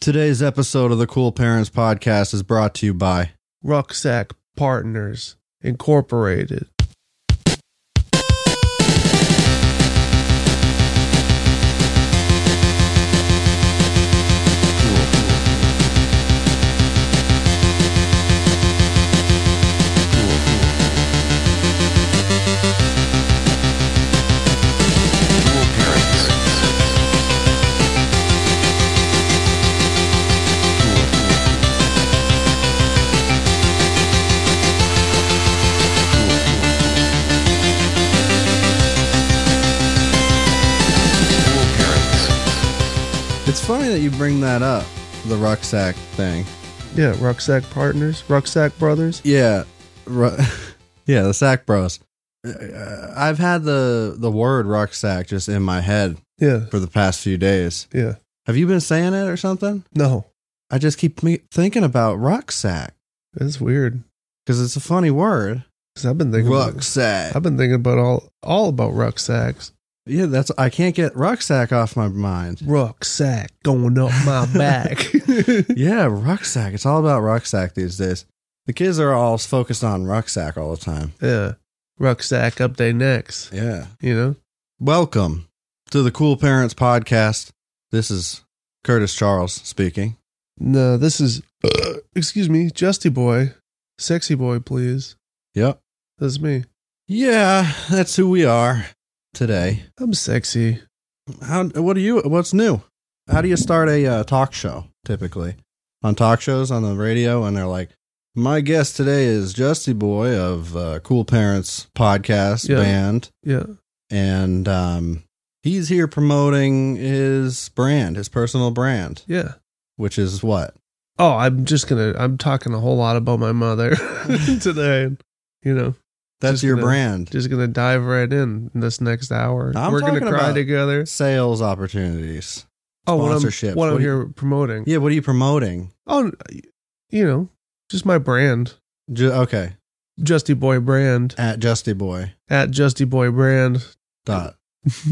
Today's episode of the Cool Parents Podcast is brought to you by Rucksack Partners Incorporated. It's funny that you bring that up, the rucksack thing. Yeah, Rucksack Partners, Rucksack Brothers. Yeah, ru- yeah, the sack bros. Uh, I've had the the word rucksack just in my head Yeah, for the past few days. yeah. Have you been saying it or something? No, I just keep me- thinking about rucksack that's weird. because it's a funny word. Cause I've been thinking. About, Rucksack. I've been thinking about all all about rucksacks. Yeah, that's I can't get rucksack off my mind. Rucksack going up my back. yeah, rucksack. It's all about rucksack these days. The kids are all focused on rucksack all the time. yeah, rucksack up their necks. Yeah. You know. Welcome to the Cool Parents Podcast. This is Curtis Charles speaking. No, this is. excuse me, Justy Boy, sexy boy, please. Yep. That's me. Yeah, that's who we are today. I'm sexy. How? What do you? What's new? How do you start a uh, talk show typically? On talk shows on the radio, and they're like, "My guest today is Justy Boy of uh, Cool Parents Podcast Yeah. Band." Yeah. and um, he's here promoting his brand, his personal brand, Yeah. which is what Oh, I'm just gonna. I'm talking a whole lot about my mother today. You know, that's Just your gonna- brand just gonna dive right in this next hour. I'm We're gonna talking cry about- together. sales opportunities. Oh, what sponsorships. I'm, what What I'm do you- here promoting. Yeah, what are you promoting? Oh, you know, just my brand, Ju- okay, Justy Boy Brand at Justy Boy at Justy Boy Brand dot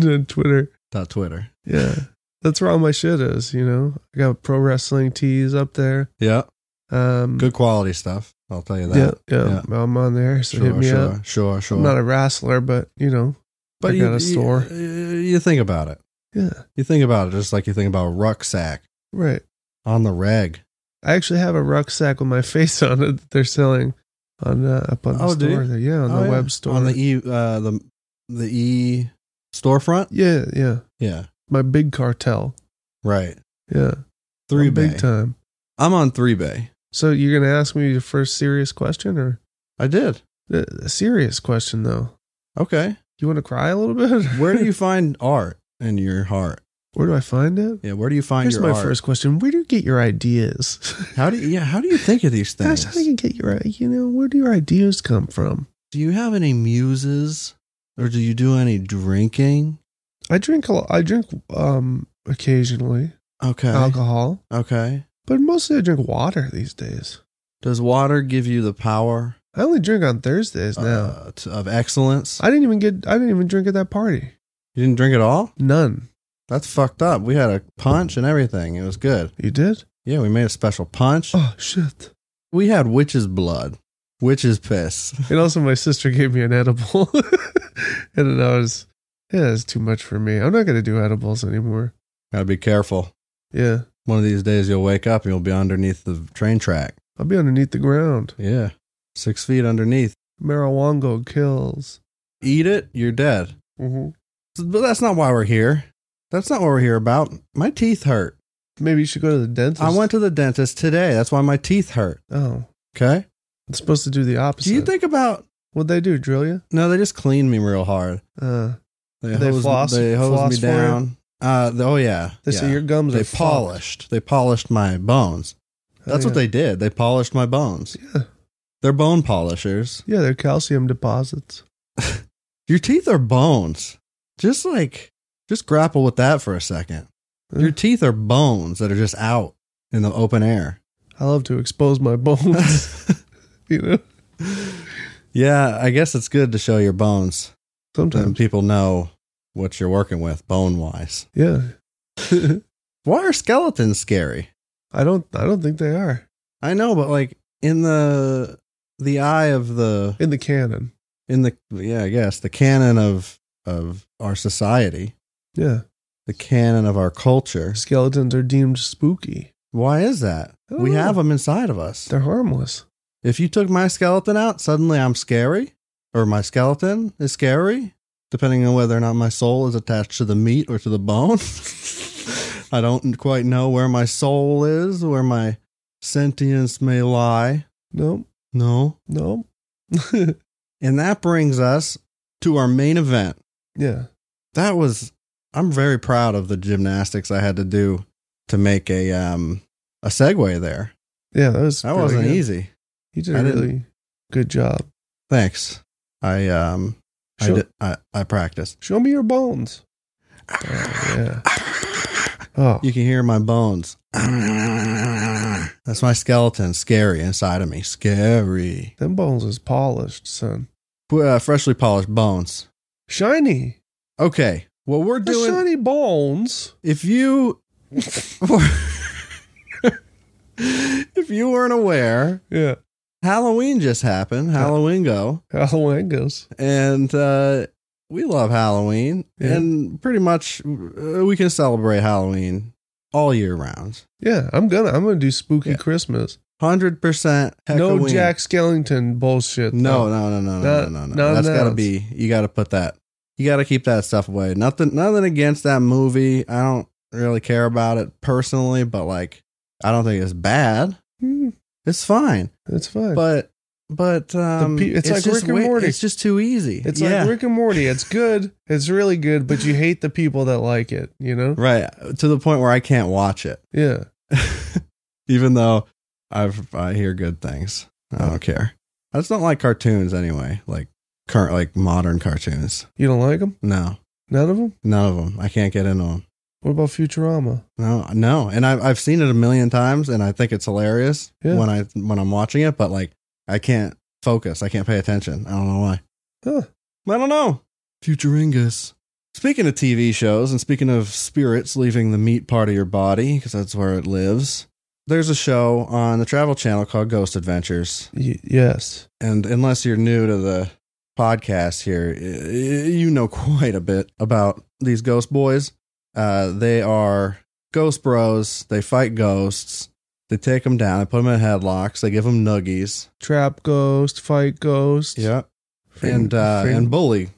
on Twitter. dot Twitter. Yeah, that's where all my shit is. You know, I got pro wrestling tees up there. Yeah, Um, good quality stuff. I'll tell you Yeah, that. yeah, I'm on there. So hit sure, me sure, up. sure, sure. I'm not a wrestler, but you know, I got a store. You, you think about it. yeah, You think about it just like you think about rucksack right. on the reg. I actually have a rucksack with my face on it that they're selling on uh, up on the Oh, do store. you? There. Yeah, on Oh, the yeah. web store. on the e uh, the the e storefront. yeah, yeah. Yeah, My big cartel. right. Yeah. Three I'm Bay. big time. I'm on Three Bay. So you're gonna ask me your first serious question or I did. uh, a serious question though? Okay. You want to cry a little bit? Where do you find art in your heart? Where do I find it? Yeah. Where do you find Here's your my art? first question. Where do you get your ideas? How do you? Yeah. How do you think of these Gosh, things? how do you get your you know? Where do your ideas come from? do you have any muses, or do you do any drinking? I drink a lot. I drink um occasionally Okay. alcohol, Okay. but mostly I drink water these days. Does water give you the power I only drink on Thursdays now. uh, to, of excellence? I didn't even get. I didn't even drink at that party. you didn't drink at all. None. That's fucked up. We had a punch and everything. It was good. You did? Yeah, we made a special punch. Oh shit! We had witch's blood, witch's piss. And also, my sister gave me an edible, and then I was, yeah, it's too much for me. I'm not gonna do edibles anymore. Gotta be careful. Yeah, One of these days you'll wake up and you'll be underneath the train track. I'll be underneath the ground. Yeah. Six feet underneath. Marijuana kills. Eat it, you're dead. Mm-hmm. hmm But that's not why we're here. That's not what we're here about. My teeth hurt. Maybe you should go to the dentist. I went to the dentist today. That's why my teeth hurt. Oh, Okay. it's supposed to do the opposite. Do you think about What they do? Drill you? no, they just cleaned me real hard. Uh, They, They hosed, floss- they hosed floss me for you? down. Uh, the- oh yeah, They yeah. say your gums they are polished. They polished my bones. That's what they did. They polished my bones. Oh, Yeah. They're bone polishers. Yeah, they're calcium deposits. Your teeth are bones. Just like, just grapple with that for a second. Your teeth are bones that are just out in the open air. I love to expose my bones. you know, yeah, I guess it's good to show your bones. Then sometimes. people know what you're working with bone wise. Yeah, Why are skeletons scary? I don't. I don't think they are I know, but like in the the eye of the in the canon. in the yeah, I guess the canon of of our society, Yeah, the canon of our culture. skeletons are deemed spooky. Why is that? I don't We know. have them inside of us. They're harmless. If you took my skeleton out, suddenly I'm scary, or my skeleton is scary, depending on whether or not my soul is attached to the meat or to the bone. I don't quite know where my soul is, where my sentience may lie. No, No, no. And that brings us to our main event. yeah, That was I'm very proud of the gymnastics I had to do to make a um a segue there. yeah. That was That really wasn't good. easy. You did I a didn't- really good job. Thanks. I um I Sure. did I, I practiced. Show me your bones. Oh, yeah. Oh, You can hear my bones. That's my skeleton, scary inside of me, scary. them bones is polished, son. Uh, freshly polished bones. Shiny. Okay, what we're The doing. shiny bones. If you if you weren't aware, Yeah. Halloween just happened. Halloween go, Halloween goes. and uh, we love Halloween, Yeah. and pretty much uh, we can celebrate Halloween all year round. Yeah, I'm gonna I'm gonna do spooky Yeah. Christmas. Hundred percent. No Jack Skellington bullshit. No, though. no, no, no, no, Not- no, no. none That's got to else. be. You got to put that. You got to keep that stuff away. Nothing, nothing against that movie. I don't really care about it personally, but like, I don't think it's bad. Hmm, It's fine, it's fine. but but um, pe- it's like just Rick and way- Morty. It's just too easy. it's Yeah. like Rick and Morty. It's good. It's really good, but you hate the people that like it. You know? right to the point where I can't watch it, Yeah. even though I've I hear good things. I don't care. I just don't like cartoons anyway. Like current, like modern cartoons. You don't like them? No, None of them? none of them. I can't get into them. What about Futurama? No, no, and I've I've seen it a million times, and I think it's hilarious Yeah. when I when I'm watching it. But like, I can't focus. I can't pay attention. I don't know why. Huh. I don't know. Futuringus. Speaking of TV shows, and speaking of spirits leaving the meat part of your body because that's where it lives. There's a show on the Travel Channel called Ghost Adventures, Y- yes. and unless you're new to the podcast here, y- y- you know quite a bit about these ghost boys. Uh, they are ghost bros. They fight ghosts. They take them down. They put them in headlocks. They give them nuggies. Trap ghost, fight ghost. Fin- and uh, fin- and bully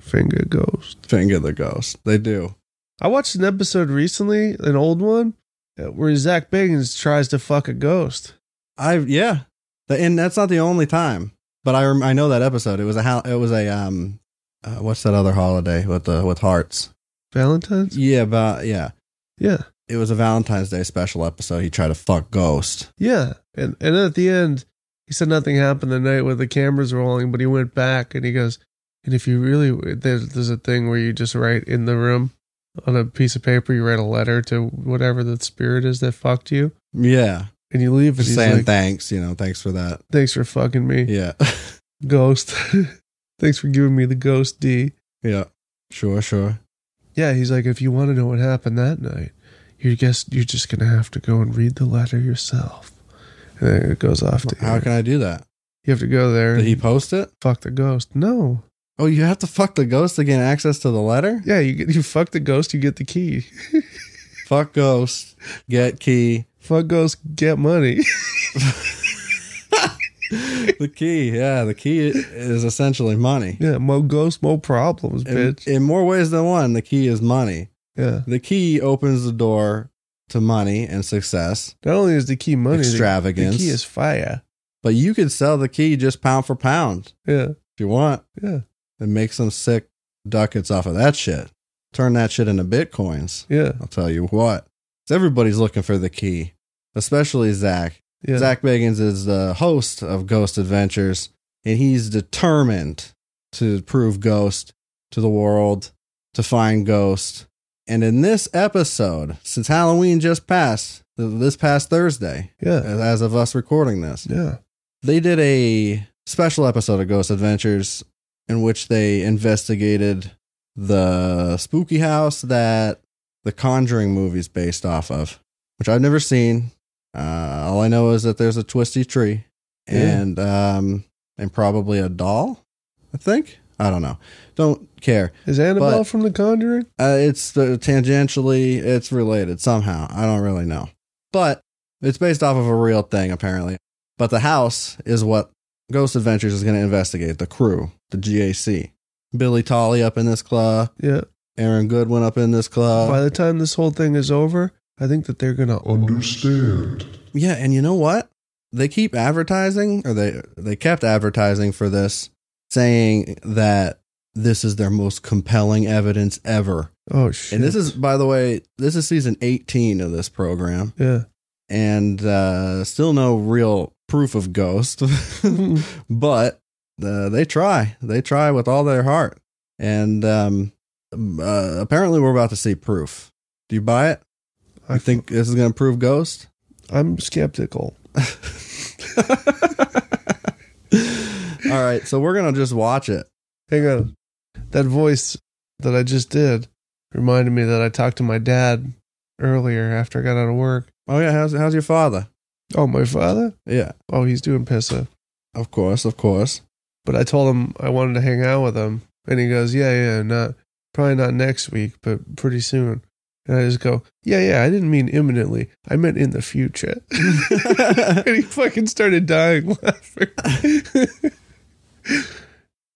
finger ghost. finger the ghost. They do. I watched an episode recently, an old one, uh, where Zach Bagans tries to fuck a ghost. I yeah. The, and that's not the only time. But I rem- I know that episode. It was a hol- it was a um uh, what's that other holiday with the with hearts? Valentine's. Yeah, but yeah. Yeah. it was a Valentine's Day special episode. He tried to fuck Ghost. Yeah. And and then at the end, he said nothing happened the night with the cameras rolling, but he went back and he goes, and if you really, there's, there's a thing where you just write in the room on a piece of paper, you write a letter to whatever the spirit is that fucked you, Yeah, and you leave and just he's saying like, thanks. You know, thanks for that. thanks for fucking me, Yeah, ghost. thanks for giving me the ghost D. yeah, sure, sure. Yeah, he's like, if you want to know what happened that night, you guess you're just gonna have to go and read the letter yourself. And then it goes off to How air. can I do that? you have to go there. Did and he post it? fuck the ghost. No, Oh, you have to fuck the ghost to gain access to the letter. Yeah, you get you fuck the ghost, you get the key. Fuck ghost, get key, Fuck ghost, get money. the key. Yeah, the key is essentially money. yeah, mo ghost, mo problems, In, bitch. in more ways than one, the key is money. yeah. The key opens the door to money and success, Not only is the key money, the- extravagance. the key is fire. but you could sell the key just pound for pound. Yeah, if you want yeah. and make some sick ducats off of that shit. turn that shit into bitcoins. Yeah. I'll tell you what. 'Cause everybody's looking for the key, especially Zach. Yeah. Zach Bagans is the host of Ghost Adventures, and he's determined to prove Ghost to the world, to find Ghost. And in this episode, since Halloween just passed, th- this past Thursday, Yeah. as as of us recording this, Yeah. they did a special episode of Ghost Adventures in which they investigated the spooky house that the Conjuring movie's based off of, which I've never seen. Uh, all I know is that there's a twisty tree Yeah. and um and probably a doll. I think I don't know. Don't care. Is Annabelle But- from The Conjuring? Uh, it's uh, tangentially it's related somehow. I don't really know, but it's based off of a real thing apparently. But the house is what Ghost Adventures is going to investigate. The crew, the GAC, Billy Tolly up in this club, Yeah. Aaron Goodwin up in this club. By the time this whole thing is over, I think that they're gonna Understand. Yeah, and you know what? They keep advertising, or they they kept advertising for this, saying that this is their most compelling evidence ever. Oh shit. And this is, by the way, this is season eighteen of this program, yeah. and uh, still no real proof of ghost, but uh, they try. They try with all their heart, and um, uh, apparently we're about to see proof. Do you buy it? I I- think this is going to prove ghost. I'm skeptical. All right, so we're gonna just watch it. Hang on. That voice that I just did reminded me that I talked to my dad earlier after I got out of work. Oh yeah, how's how's your father? Oh, my father? Yeah, Oh, he's doing pissa. of course, of course. But I told him I wanted to hang out with him, and he goes, "Yeah, yeah, not probably not next week, but pretty soon." And I just go, "Yeah, yeah, I didn't mean imminently. I meant in the future." and he fucking started dying laughing.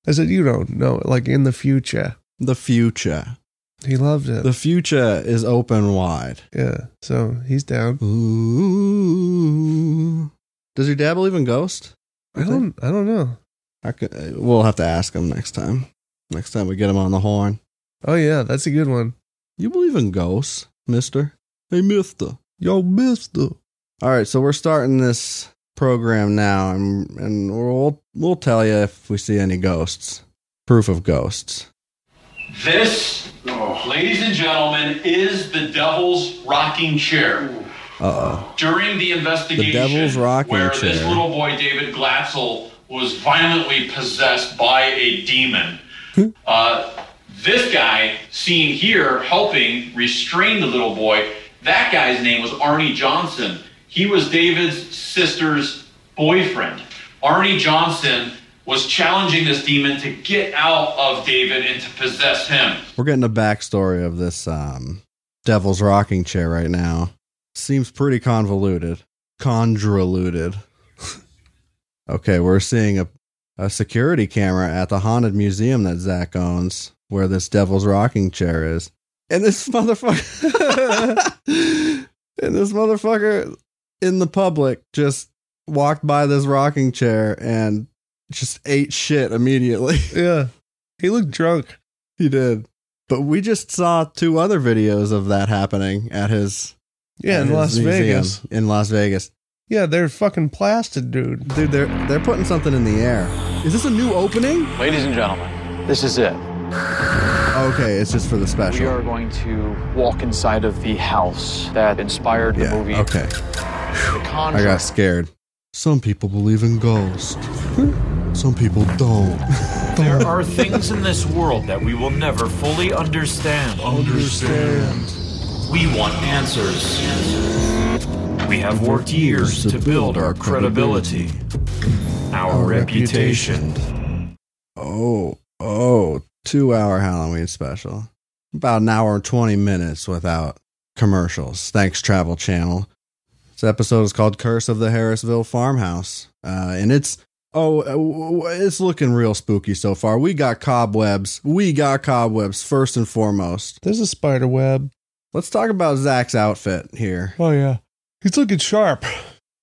I said, "You don't know, like in the future." The future, He loved it. the future is open wide. yeah, so he's down. Ooh. Does your dad believe in ghosts? I don't, I don't know. I could, uh, we'll have to ask him next time. Next time we get him on the horn. Oh yeah, that's a good one. You believe in ghosts, Mister? Hey, Mister. Yo, Mister. All right, so we're starting this program now, and and we'll we'll tell you if we see any ghosts. Proof of ghosts. This, ladies and gentlemen, is the devil's rocking chair. Uh oh. During the investigation, devil's rocking where this chair. little boy David Glatzel was violently possessed by a demon, uh, this guy seen here helping restrain the little boy, that guy's name was Arnie Johnson. He was David's sister's boyfriend. Arnie Johnson was challenging this demon to get out of David and to possess him. We're getting a backstory of this um, devil's rocking chair right now. Seems pretty convoluted. Convoluted. okay, we're seeing a, a security camera at the haunted museum that Zach owns, where this devil's rocking chair is. And this motherfucker. and this motherfucker in the public just walked by this rocking chair and just ate shit immediately. Yeah, he looked drunk. He did. But we just saw two other videos of that happening at his Yeah, at in his Las museum Vegas. In Las Vegas, Yeah, they're fucking plastic, dude. dude, they're they're putting something in the air. Is this a new opening? Ladies and gentlemen, this is it. Okay, it's just for the We special. are going to walk inside of the house that inspired the yeah. movie Okay, The I Conjuring. got scared. Some people believe in ghosts. Hmm? Some people don't. There are things in this world that we will never fully understand. We want answers. We have worked years to build our credibility, our reputation. Oh, oh, two hour Halloween special. About an hour and 20 minutes without commercials. Thanks, Travel Channel. This episode is called Curse of the Harrisville Farmhouse. Uh, and it's, oh, uh, w- w- it's looking real spooky so far. We got cobwebs. We got cobwebs, first and foremost. There's a spider web. Let's talk about Zach's outfit here. Oh yeah, he's looking sharp.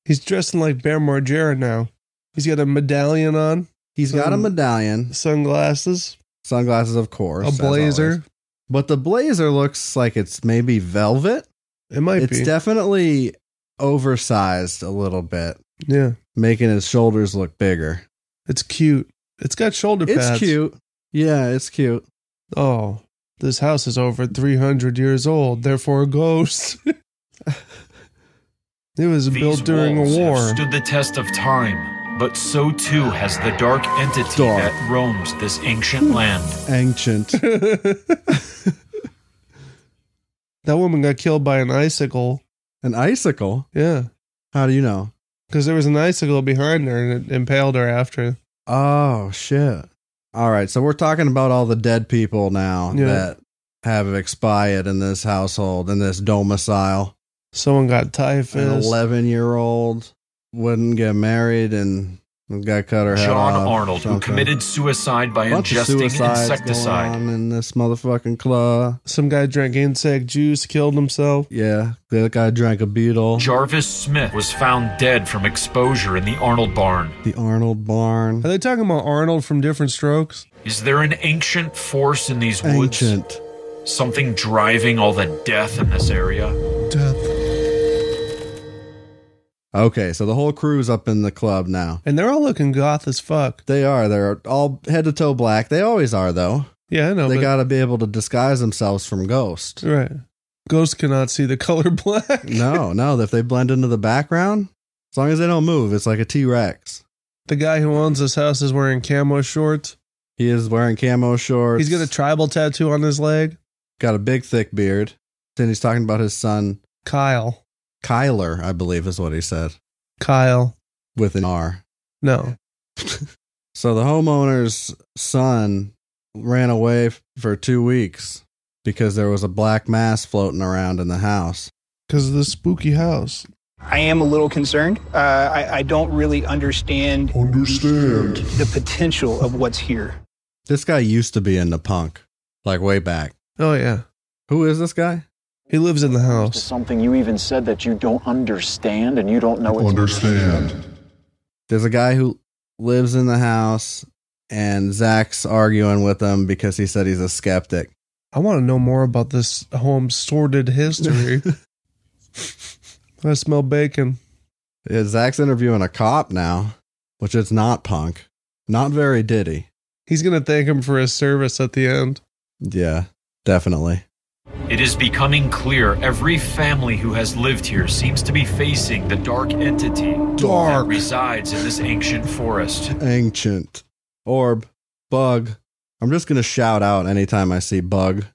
He's dressing like Bear Margera now. He's got a medallion on, He's got a Um, medallion, sunglasses, sunglasses, of course, a as always. blazer, But the blazer looks like it's maybe velvet. It might it's be. definitely oversized a little bit, yeah. making his shoulders look bigger. It's cute. It's got shoulder It's pads. cute. Yeah, it's cute. Oh, this house is over 300 years old, therefore a ghost. it was built during a walls have war. stood the test of time, but so too has the dark entity Dark. that roams this ancient land. Ancient. that woman got killed by an icicle. An icicle? Yeah. How do you know? Because there was an icicle behind her and it impaled her after. Oh shit. All right, so we're talking about all the dead people now Yeah. that have expired in this household, in this domicile. Someone got An typhus. eleven year old wouldn't get married and got cut her head John off or Arnold, who something. committed suicide by uh, Bunch of ingesting suicides insecticide. going on in this motherfucking club. Some guy drank insect juice, killed himself. Yeah, that guy drank a beetle. Jarvis Smith was found dead from exposure in the Arnold barn. the Arnold barn. Are they talking about Arnold from different strokes? Is there an ancient force in these woods? Ancient. Something driving all the death in this area? Death. Okay, so the whole crew's up in the club now. And they're all looking goth as fuck. They are. They're all head to toe black. They always are, though. Yeah, I know. they but- got to be able to disguise themselves from ghosts. Right. Ghosts cannot see the color black. No, no. If they blend into the background, as long as they don't move, it's like a T Rex. The guy who owns this house is wearing camo shorts. He is wearing camo shorts. He's got a tribal tattoo on his leg. got a big thick beard. Then he's talking about his son Kyle. Kyler, I believe is what he said, Kyle. with an R. No. So the homeowner's son ran away f- for two weeks because there was a black mass floating around in the house. Because of the spooky house. I am a little concerned. Uh, I, I don't really understand Understand. the potential of what's here. This guy used to be into punk, like way back. Oh, yeah. Who is this guy? He lives in the house. Something you even said that you don't understand and you don't know it's Understand. there's a guy who lives in the house and Zach's arguing with him because he said he's a skeptic. I want to know more about this home's sordid history. I smell bacon. Yeah, Uh, Zach's interviewing a cop now, which is not punk. Not very ditty. He's going to thank him for his service at the end. Yeah, definitely. It is becoming clear every family who has lived here seems to be facing the dark entity that Dark. resides in this ancient forest. Ancient. Orb. Bug. I'm just gonna shout out anytime I see bug.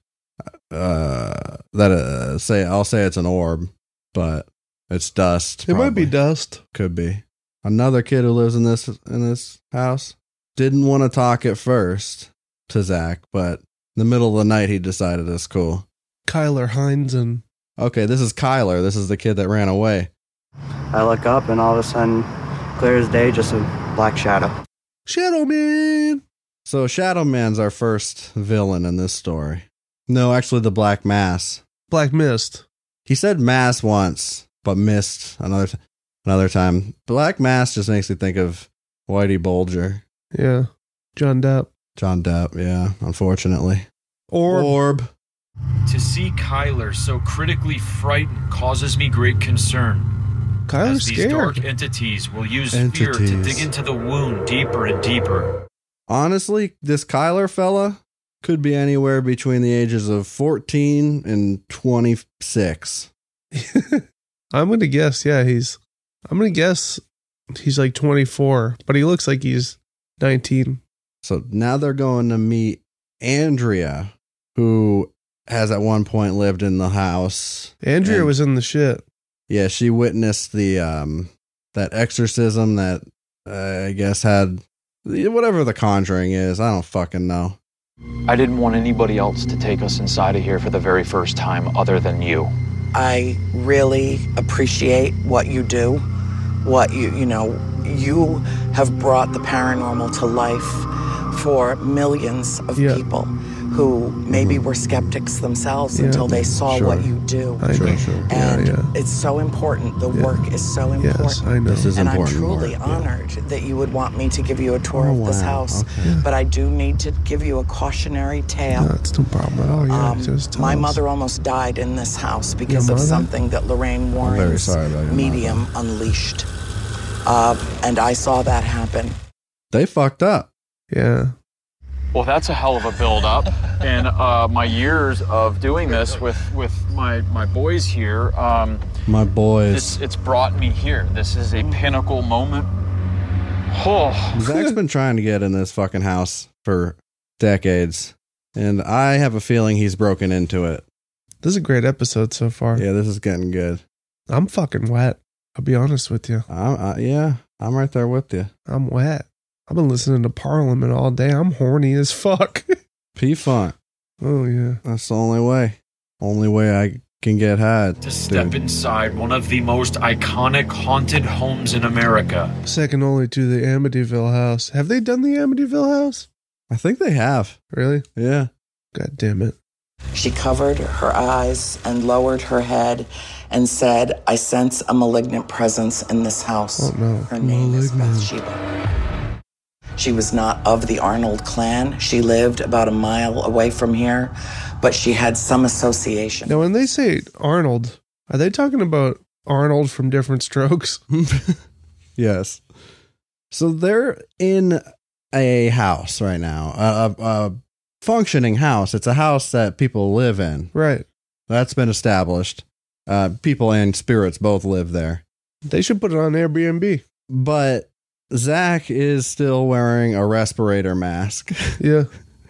Uh that uh say I'll say it's an orb, but it's dust. It might be probably. dust. Could be. Another kid who lives in this in this house didn't want to talk at first to Zach, but in the middle of the night he decided it's cool. Kyler Heinzen. Okay, this is Kyler. This is the kid that ran away. I look up and all of a sudden, clear as day, just a black shadow. Shadow Man. So Shadow Man's our first villain in this story. No, actually the Black Mass. Black Mist. He said mass once, but missed another t- another time. Black Mass just makes me think of Whitey Bulger, Yeah. John Depp. John Depp. Yeah, unfortunately. Or Orb. To see Kyler so critically frightened causes me great concern. Kyler's as these scared. dark entities will use fear to Entities. dig into the wound deeper and deeper. honestly, this Kyler fella could be anywhere between the ages of 14 and 26. I'm gonna guess. Yeah, he's. I'm gonna guess he's like 24, but he looks like he's 19. So now they're going to meet Andrea, who has at one point lived in the house. Andrea And- was in the shit. Yeah, she witnessed the um that exorcism that uh, I guess had whatever the conjuring is. I don't fucking know. I didn't want anybody else to take us inside of here for the very first time other than you. I really appreciate what you do. What you, you know, you have brought the paranormal to life for millions of Yeah. Mm-hmm. people. who maybe were skeptics themselves Yeah. until they saw Sure. what you do. I know. Sure. Yeah, And yeah. it's so important. The work is so Yes, important. I know. This is and important I'm truly work, yeah. honored that you would want me to give you a tour Oh, of this wow, house. okay. But I do need to give you a cautionary tale. No, it's no problem at all. Yeah, Um, just tell my us. mother almost died in this house because of mother? something that Lorraine Warren's sorry about your mother. medium unleashed. Uh, and I saw that happen. They fucked up. Yeah. Well, that's a hell of a build up. And uh, my years of doing this with, with my, my boys here, um, My this, boys. it's brought me here. This is a pinnacle moment. Oh, Zach's been trying to get in this fucking house for decades, and I have a feeling he's broken into it. This is a great episode so far. Yeah, this is getting good. I'm fucking wet. I'll be honest with you. I'm, I, yeah, I'm right there with you. I'm wet. I've been listening to Parliament all day. I'm horny as fuck. P Funk. oh yeah. That's the only way. Only way I can get high. To step inside one of the most iconic haunted homes in America. Second only to the Amityville house. Have they done the Amityville house? I think they have. Really? Yeah. God damn it. She covered her eyes and lowered her head and said, I sense a malignant presence in this house. Oh, no. Her name is Malignant. Bathsheba. She was not of the Arnold clan. She lived about a mile away from here, but she had some association. Now when they say Arnold, are they talking about Arnold from different strokes? Yes. So they're in a house right now, a, a, a functioning house. It's a house that people live in. Right. That's been established. Uh, people and spirits both live there. They should put it on Airbnb. But Zach is still wearing a respirator mask, Yeah.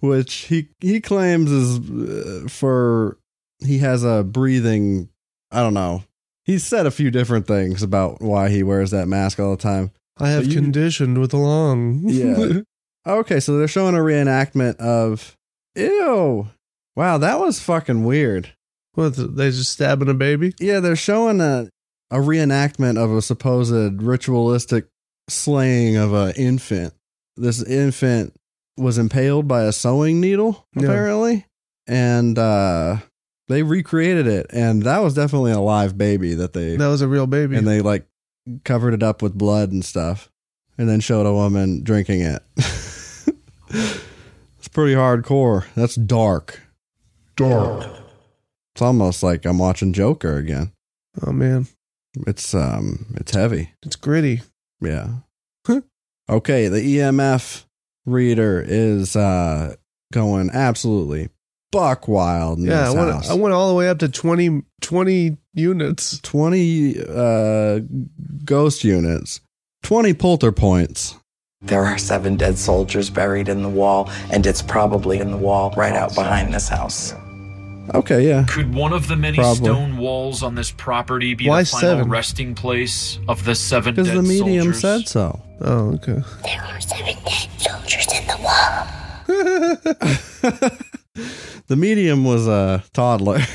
which he he claims is uh, for he has a breathing. I don't know. He said a few different things about why he wears that mask all the time. I have you- conditioned with lung. Yeah. Okay, so they're showing a reenactment of ew. Wow, that was fucking weird. what they just stabbing a baby? Yeah, they're showing a a reenactment of a supposed ritualistic slaying of an infant. This infant was impaled by a sewing needle, Yeah. apparently, and uh, they recreated it. And that was definitely a live baby that they That was a real baby. and they like covered it up with blood and stuff and then showed a woman drinking it it's pretty hardcore that's dark Dark. it's almost like i'm watching joker again oh man. it's um it's heavy It's gritty. yeah okay the emf reader is uh going absolutely buck wild in Yeah, I this went, house. I went all the way up to 20, 20 units. 20 uh ghost units 20 polter points There are seven dead soldiers buried in the wall, and it's probably in the wall right out behind this house. okay yeah Could one of the many Probably. stone walls on this property be Why the final seven? resting place of the seven because dead the medium soldiers? said so Oh, okay. There are seven dead soldiers in the wall. the medium was a toddler.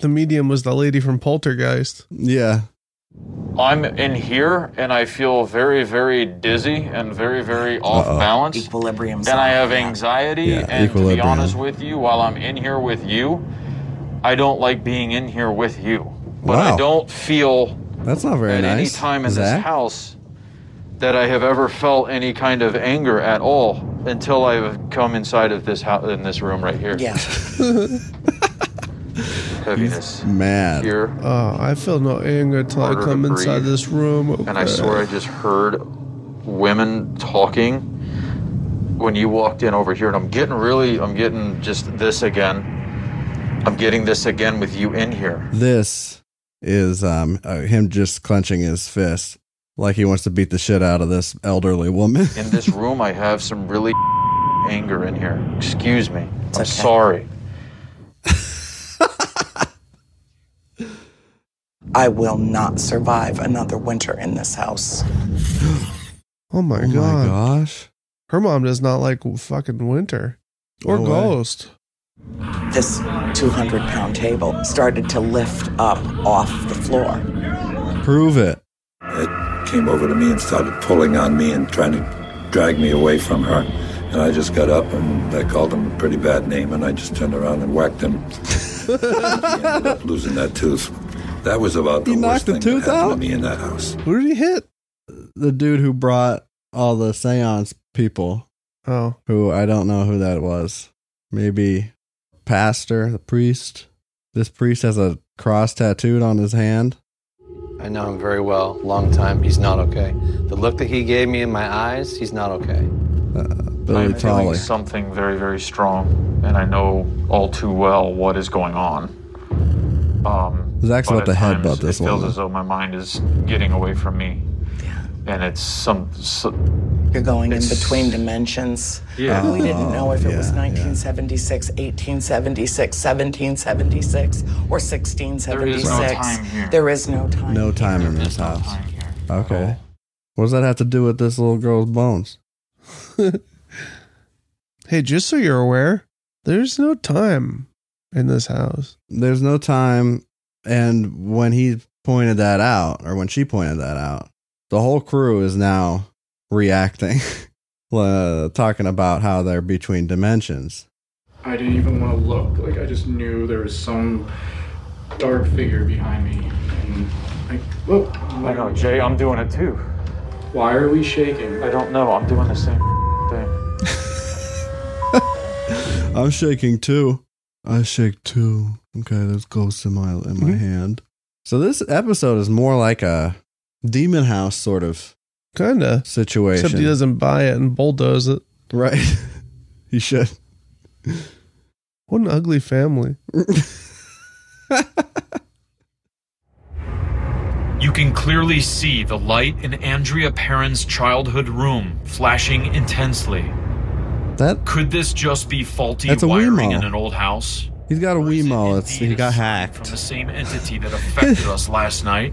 The medium was the lady from Poltergeist. yeah. I'm in here and I feel very, very dizzy and very, very off balance. Equilibrium. Then I have anxiety, Yeah, and to be equilibrium. honest with you, while I'm in here with you, I don't like being in here with you. But Wow. I don't feel That's not very at nice. any time in Zach? this house that I have ever felt any kind of anger at all until I've come inside of this house in this room right here. Yeah. Heaviness Mad. here, Oh, I feel no anger till I Harder to come inside breathe. this room. and I swear I just heard women talking when you walked in over here, and I'm getting really, I'm getting just this again. I'm getting this again with you in here. This is um uh, him just clenching his fist like he wants to beat the shit out of this elderly woman. In this room, I have some really anger in here. Excuse me. I'm okay. sorry. I will not survive another winter in this house. Oh my, oh my god. gosh. Her mom does not like fucking winter or No way. ghost. This 200 pound table started to lift up off the floor. Prove it. It came over to me and started pulling on me and trying to drag me away from her. And I just got up and I called him a pretty bad name and I just turned around and whacked him. he ended up losing that tooth. That was about the He knocked worst the thing that tooth happened to out? me in that house. Who did he hit? The dude who brought all the seance people. Oh. Who I don't know who that was. Maybe pastor, the priest. This priest has a cross tattooed on his hand. I know him very well, long time. He's not okay. The look that he gave me in my eyes, he's not okay. Billy I'm feeling Tolly. something very, very strong, and I know all too well what is going on. Um, Zach's but about at to headbutt times this It feels woman. as though my mind is getting away from me, and it's some. so- You're going in it's- between dimensions. Uh, Yeah. We didn't know if it was Yeah, yeah. 1976, 1876, 1776, or 1676. time here. There is no time. No time in this house. Okay. What does that have to do with this little girl's bones? Hey, just so you're aware, there's no time in this house. There's no time. And when he pointed that out, or when she pointed that out, the whole crew is now reacting, uh, talking about how they're between dimensions. I didn't even want to look. Like I just knew there was some dark figure behind me, and I look. I know, Jay. I'm doing it too. Why are we shaking? I don't know. I'm doing the same thing. I'm shaking too. I shake too. Okay, there's ghosts in my in my hand. So this episode is more like a demon house sort of kinda situation. Except he doesn't buy it and bulldoze it. Right. he should. What an ugly family. You can clearly see the light in Andrea Perrin's childhood room flashing intensely. That could this just be faulty That's a wiring Wemo. in an old house He's got a Wemo. It's he got hacked. from the same entity that affected us last night?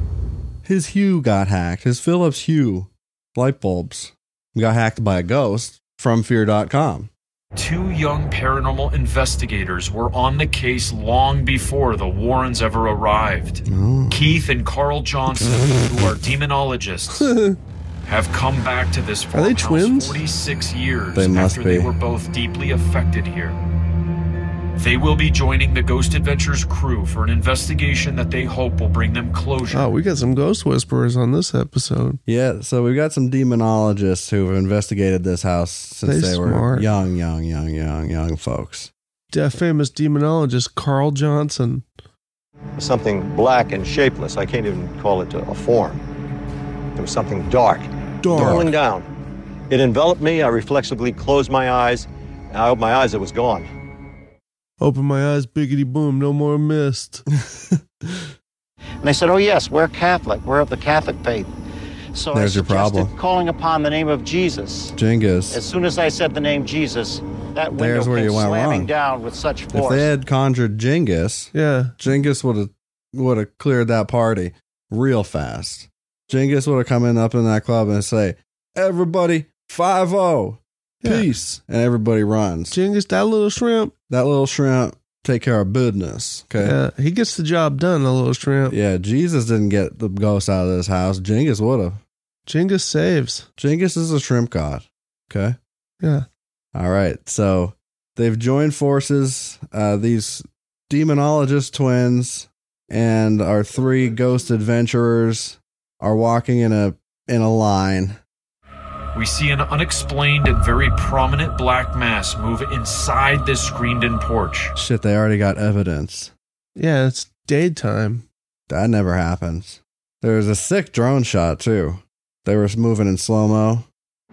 His Hue got hacked. His Philips Hue light bulbs got hacked by a ghost from fear.com. Two young paranormal investigators were on the case long before the Warrens ever arrived. Keith and Carl Johnson, who are demonologists, have come back to this Are they farmhouse twins? 46 years They must after they be. were both deeply affected here. They will be joining the Ghost Adventures crew for an investigation that they hope will bring them closure. Oh, we got some ghost whisperers on this episode. Yeah, so we've got some demonologists who've investigated this house since They they were smart. young, young, young, young, young folks. De- famous demonologist Carl Johnson. something black and shapeless. I can't even call it a form. There was something dark, rolling down. It enveloped me. I reflexively closed my eyes. I opened my eyes. It was gone. Open my eyes, biggity boom, no more mist. And they said, Oh, yes, we're Catholic. We're of the Catholic faith. So There's I your suggested problem. calling upon the name of Jesus. Jengas. As soon as I said the name Jesus, that window There's where came you went slamming wrong. down with such If force. they had conjured Genghis, yeah, Genghis would have would have cleared that party real fast. Genghis would have come in up in that club and say, "Everybody, five zero, peace," and everybody runs. Genghis, that little shrimp, that little shrimp, take care of business. Okay, Yeah, he gets the job done, a little shrimp. Yeah, Jesus didn't get the ghost out of this house. Genghis would have. Genghis saves. Genghis is a shrimp god. Okay. Yeah. All right. So they've joined forces, uh, these demonologist twins and our three ghost adventurers are walking in a in a line. We see an unexplained and very prominent black mass move inside this screened in porch. Shit, they already got evidence. Yeah, it's daytime. That never happens. There was a sick drone shot too. They were moving in slow mo.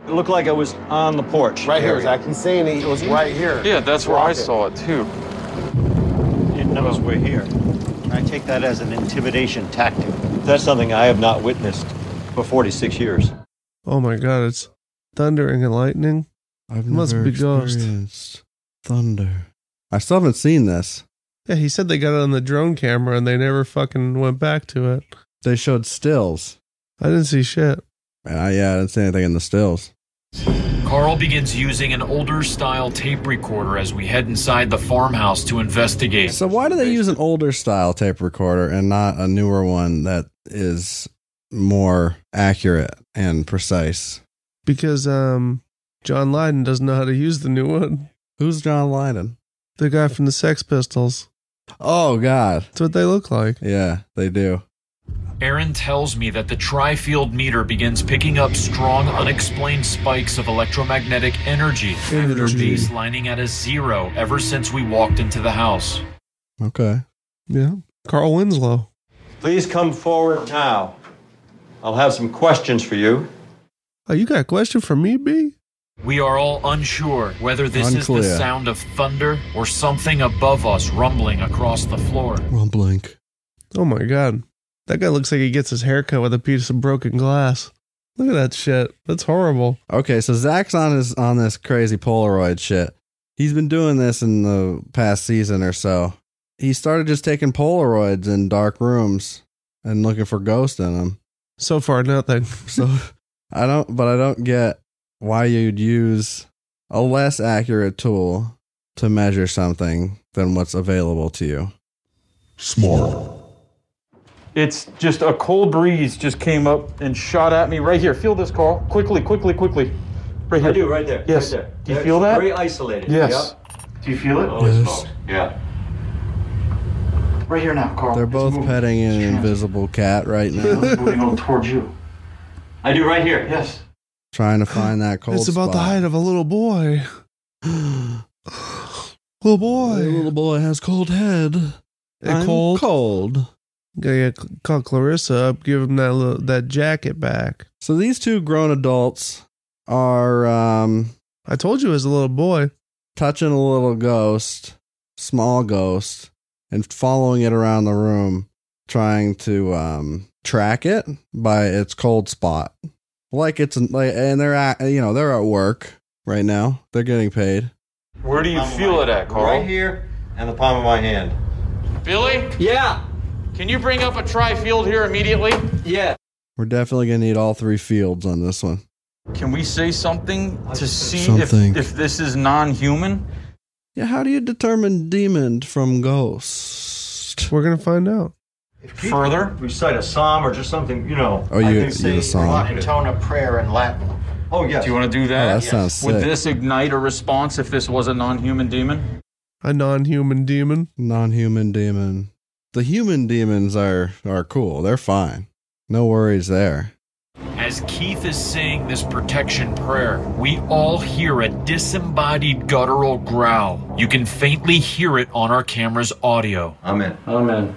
It looked like I was on the porch. Right here, I can see it. It was right here. Yeah, that's where I saw it too. It knows we're here. I take that as an intimidation tactic. That's something I have not witnessed for 46 years. Oh my god, it's thundering and lightning. I've It must never be ghost. experienced thunder. I still haven't seen this. Yeah, he said they got it on the drone camera and they never fucking went back to it. They showed stills. I didn't see shit. Uh, yeah, I didn't see anything in the stills. Carl begins using an older style tape recorder as we head inside the farmhouse to investigate. So why do they use an older style tape recorder and not a newer one that is more accurate and precise? Because um John Lydon doesn't know how to use the new one. Who's John Lydon? The guy from the Sex Pistols. Oh God, that's what they look like. Yeah, they do. Aaron tells me that the tri-field meter begins picking up strong, unexplained spikes of electromagnetic energy, after Energy. baselining at a zero ever since we walked into the house. Okay. Yeah. Carl Winslow. Please come forward now. I'll have some questions for you. Oh, you got a question for me, B? We are all unsure whether this is Unclear. the sound of thunder or something above us rumbling across the floor. Well, blank. Oh my god. That guy looks like he gets his haircut with a piece of broken glass. Look at that shit. That's horrible. Okay, so Zach's on his on this crazy Polaroid shit. He's been doing this in the past season or so. He started just taking Polaroids in dark rooms and looking for ghosts in them. So far, nothing. so I don't, but I don't get why you'd use a less accurate tool to measure something than what's available to you. Smart. It's just a cold breeze just came up and shot at me right here. Feel this, Carl. Quickly, quickly, quickly. Right here. I do, right there. Yes. Right there. Do you Very- feel that? Very isolated. Yes. Do you feel it? Holy Yes. smokes. Yeah. Right here now, Carl. They're both petting an invisible cat right moving now, over towards you. I do right here. Yes. trying to find that cold. it's about the spot. height of a little boy. little boy. The little boy has cold head. A I'm cold. cold. Gotta get, call Clarissa up, give him that little, that jacket back. So these two grown adults are um I told you as a little boy. touching a little ghost, small ghost, and following it around the room, trying to um track it by its cold spot. Like it's like and they're at you know, they're at work right now. They're getting paid. Where do you feel it at, Carl? Right here and the palm of my hand. Billy? Yeah. Can you bring up a tri-field here immediately? Yeah. We're definitely gonna need all three fields on this one. Can we say something to see Something. if if this is non-human? Yeah, how do you determine demon from ghost? We're gonna find out. Further? Recite a psalm or just something, you know. Oh, you- you the psalm. Intone a prayer in Latin. Oh, yes. Do you want to do that? that sounds Would sick. this ignite a response if this was a non-human demon? A non-human demon. non-human demon. The human demons are are cool. They're fine. No worries there. As Keith is saying this protection prayer, we all hear a disembodied guttural growl. You can faintly hear it on our camera's audio. Amen. Amen.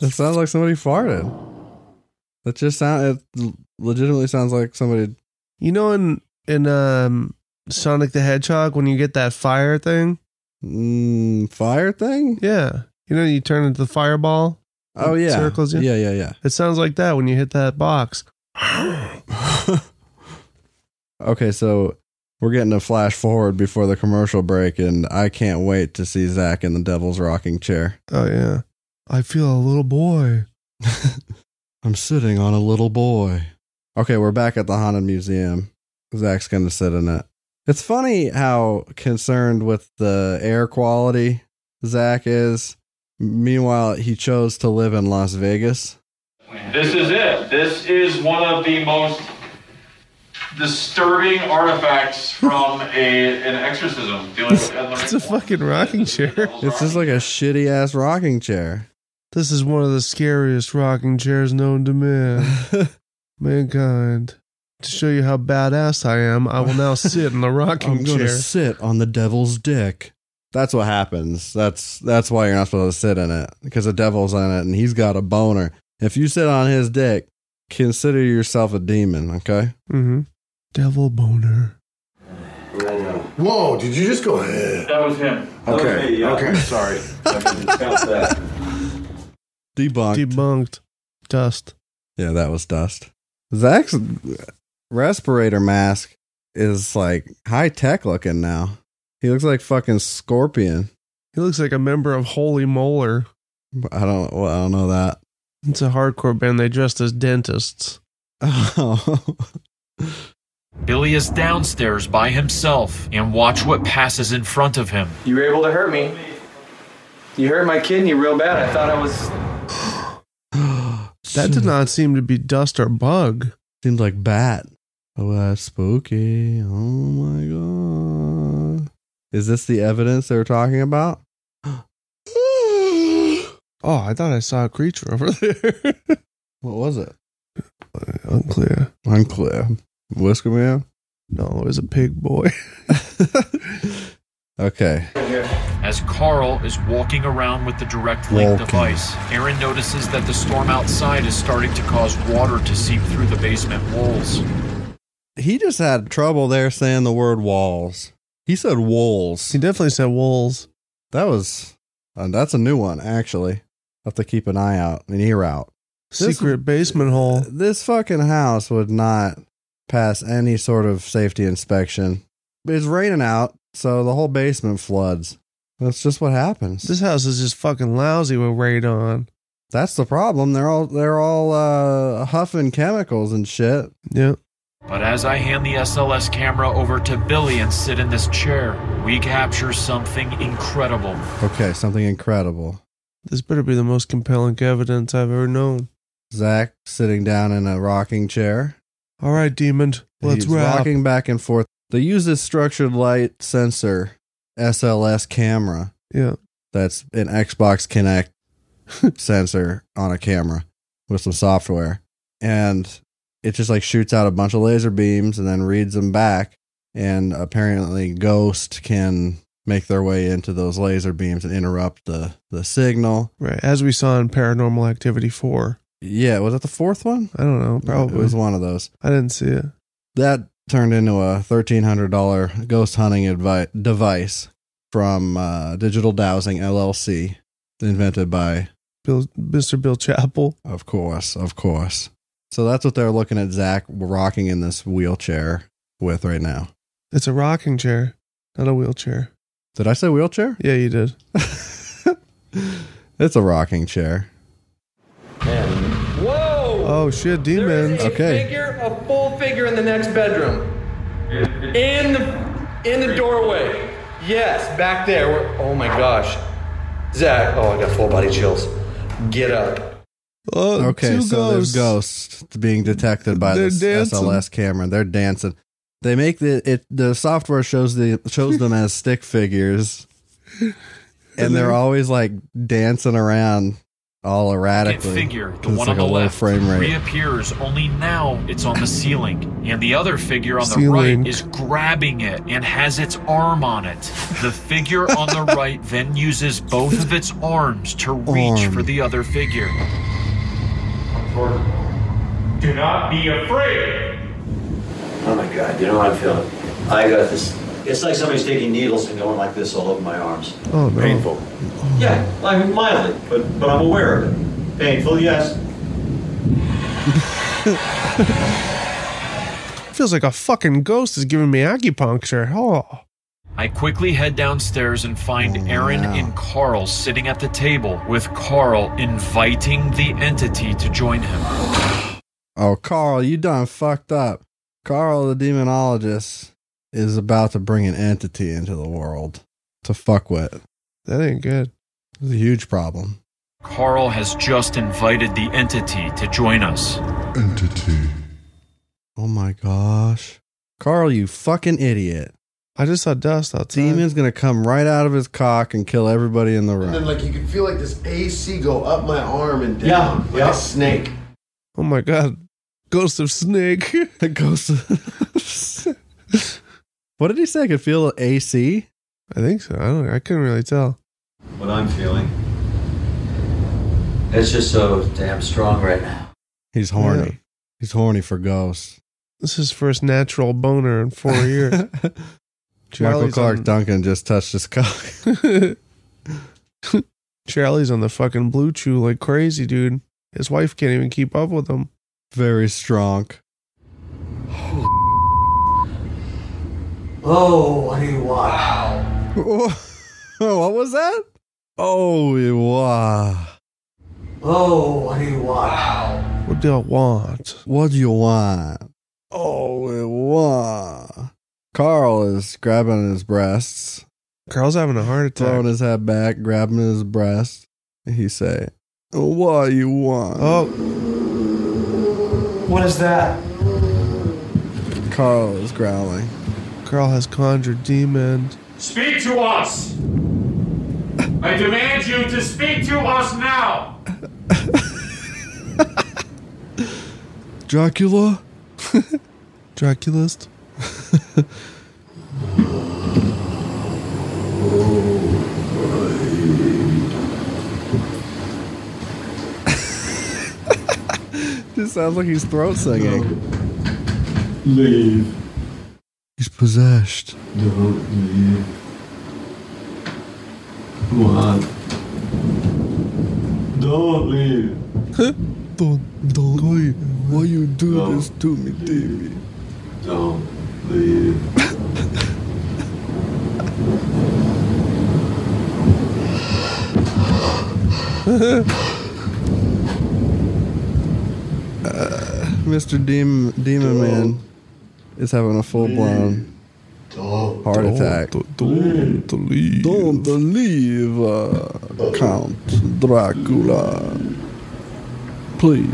It sounds like somebody farted. That just sound. It legitimately sounds like somebody. You know, in in um, Sonic the Hedgehog, when you get that fire thing, Mm, fire thing. yeah, you know, you turn into the fireball. Oh It yeah. circles you. Yeah yeah yeah. It sounds like that when you hit that box. Okay, so we're getting a flash forward before the commercial break, and I can't wait to see Zach in the Devil's rocking chair. Oh yeah, I feel a little boy. I'm sitting on a little boy. Okay, we're back at the Haunted Museum. Zach's going to sit in it. It's funny how concerned with the air quality Zach is. Meanwhile, he chose to live in Las Vegas. This is it. This is one of the most disturbing artifacts from a an exorcism. Dealing with Ed Lorraine. It's a fucking rocking chair. It's just like a shitty ass rocking chair. This is one of the scariest rocking chairs known to man, mankind. To show you how badass I am, I will now sit in the rocking I'm going to chair. sit on the devil's dick. That's what happens. That's that's why you're not supposed to sit in it because the devil's on it and he's got a boner. If you sit on his dick, consider yourself a demon, okay? Mm-hmm. Devil boner. Whoa, did you just go? "Eh"? That was him. Okay, yeah. okay, sorry. I can discuss that. Debunked. Debunked. Dust. Yeah, that was dust. Zach's respirator mask is like high tech looking now. He looks like fucking Scorpion. He looks like a member of Holy Molar. But I don't. Well, I don't know that. It's a hardcore band. They dressed as dentists. Oh, Billy is downstairs by himself and watch what passes in front of him. You were able to hurt me. You hurt my kidney real bad. I thought I was. That Hmm. did not seem to be dust or bug. Seems like bat. Oh, that's spooky. Oh my god. Is this the evidence they were talking about? Oh, I thought I saw a creature over there. what was it? Unclear. Unclear. Whisker man? No, Oh, it was a pig boy. Okay. As Carl is walking around with the direct link Walking. device, Aaron notices that the storm outside is starting to cause water to seep through the basement walls. He just had trouble there saying the word walls. He said walls. He definitely said walls. That was, and that's a new one, actually. Have to keep an eye out, an ear out. Secret uh, basement hole. This fucking house would not pass any sort of safety inspection. It's raining out, so the whole basement floods. That's just what happens. This house is just fucking lousy with radon. That's the problem. They're all they're all uh, huffing chemicals and shit. Yeah. But as I hand the SLS camera over to Billy and sit in this chair, we capture something incredible. Okay, something incredible. This better be the most compelling evidence I've ever known. Zach sitting down in a rocking chair. All right, demon, let's He's wrap. rocking back and forth. They use this structured light sensor SLS camera. Yeah. That's an Xbox Connect sensor on a camera with some software. And it just like shoots out a bunch of laser beams and then reads them back. And apparently, Ghost can make their way into those laser beams and interrupt the, the signal. Right, as we saw in Paranormal Activity 4. Yeah, was that the fourth one? I don't know, It probably. was one of those. I didn't see it. that turned into a $1300 ghost hunting advi- device from uh, digital dowsing llc invented by Bill, Mr. Bill Chapel. of course of course so that's what they're looking at zach rocking in this wheelchair with right now It's a rocking chair, not a wheelchair. did i say wheelchair Yeah, you did. it's a rocking chair Whoa! Oh shit, There demon. is a figure, a full figure in the next bedroom. In the in the doorway. Yes, back there. We're- oh my gosh. Zach, oh I got full body chills. Get up. Oh, okay two so ghosts. there's ghosts being detected by They're this dancing. sls camera they're dancing they make the it the software shows the shows them as stick figures and they're always like dancing around all That erratically. figure, the 'cause it's one like on a the low left, frame rate. reappears, only now it's on the ceiling. And the other figure on the Ceiling. right is grabbing it and has its arm on it. The figure on the right then uses both of its arms to reach Arm. for the other figure. Do not be afraid. Oh my God, you know how I'm feeling. I got this. It's like somebody's taking needles and going like this all over my arms. Oh no. Painful. Yeah, I mean mildly, but but I'm aware of it. Painful, yes. Feels like a fucking ghost is giving me acupuncture. Oh. I quickly head downstairs and Oh, find Aaron and Carl sitting at the table, with Carl inviting the entity to join him. Oh, Carl, you done fucked up. Carl, the demonologist, is about to bring an entity into the world to fuck with. That ain't good. It's a huge problem. Carl has just invited the entity to join us. Entity. Oh my gosh, Carl, you fucking idiot! I just saw dust outside. Demon's gonna come right out of his cock and kill everybody in the And room. then, like, you can feel like this AC go up my arm and down like a snake. Oh my god. Ghost of snake. the ghost. of- what did he say? I could feel AC. I think so. I don't I couldn't really tell. What I'm feeling. It's just so damn strong right now. He's horny. Yeah. He's horny for ghosts. This is his first natural boner in four years. Michael Charlie's Clark on- Duncan just touched his cock. Charlie's on the fucking blue chew like crazy, dude. His wife can't even keep up with him. Very strong. Oh, what do you want? Wow. Oh, what was that? Oh, wow. Oh, what do you want? Wow. What do I want? What do you want? Oh, wow. Carl is grabbing his breasts, Carl's having a heart throwing attack. his head back, grabbing his breast. He say, "What you want?" Oh, What is that? Carl is growling. Oh, Carl has conjured demon. Speak to us! I demand you to speak to us now! Dracula? Draculist? This sounds like he's throat singing. Leave. He's possessed. Don't leave. Come on. Don't leave. don't, don't, why, why you do this to me, Davey? Don't leave. Uh, Mr. Demon, Demon Man is having a full blown heart attack. Don't believe. Don't believe, uh, Count Dracula. Please.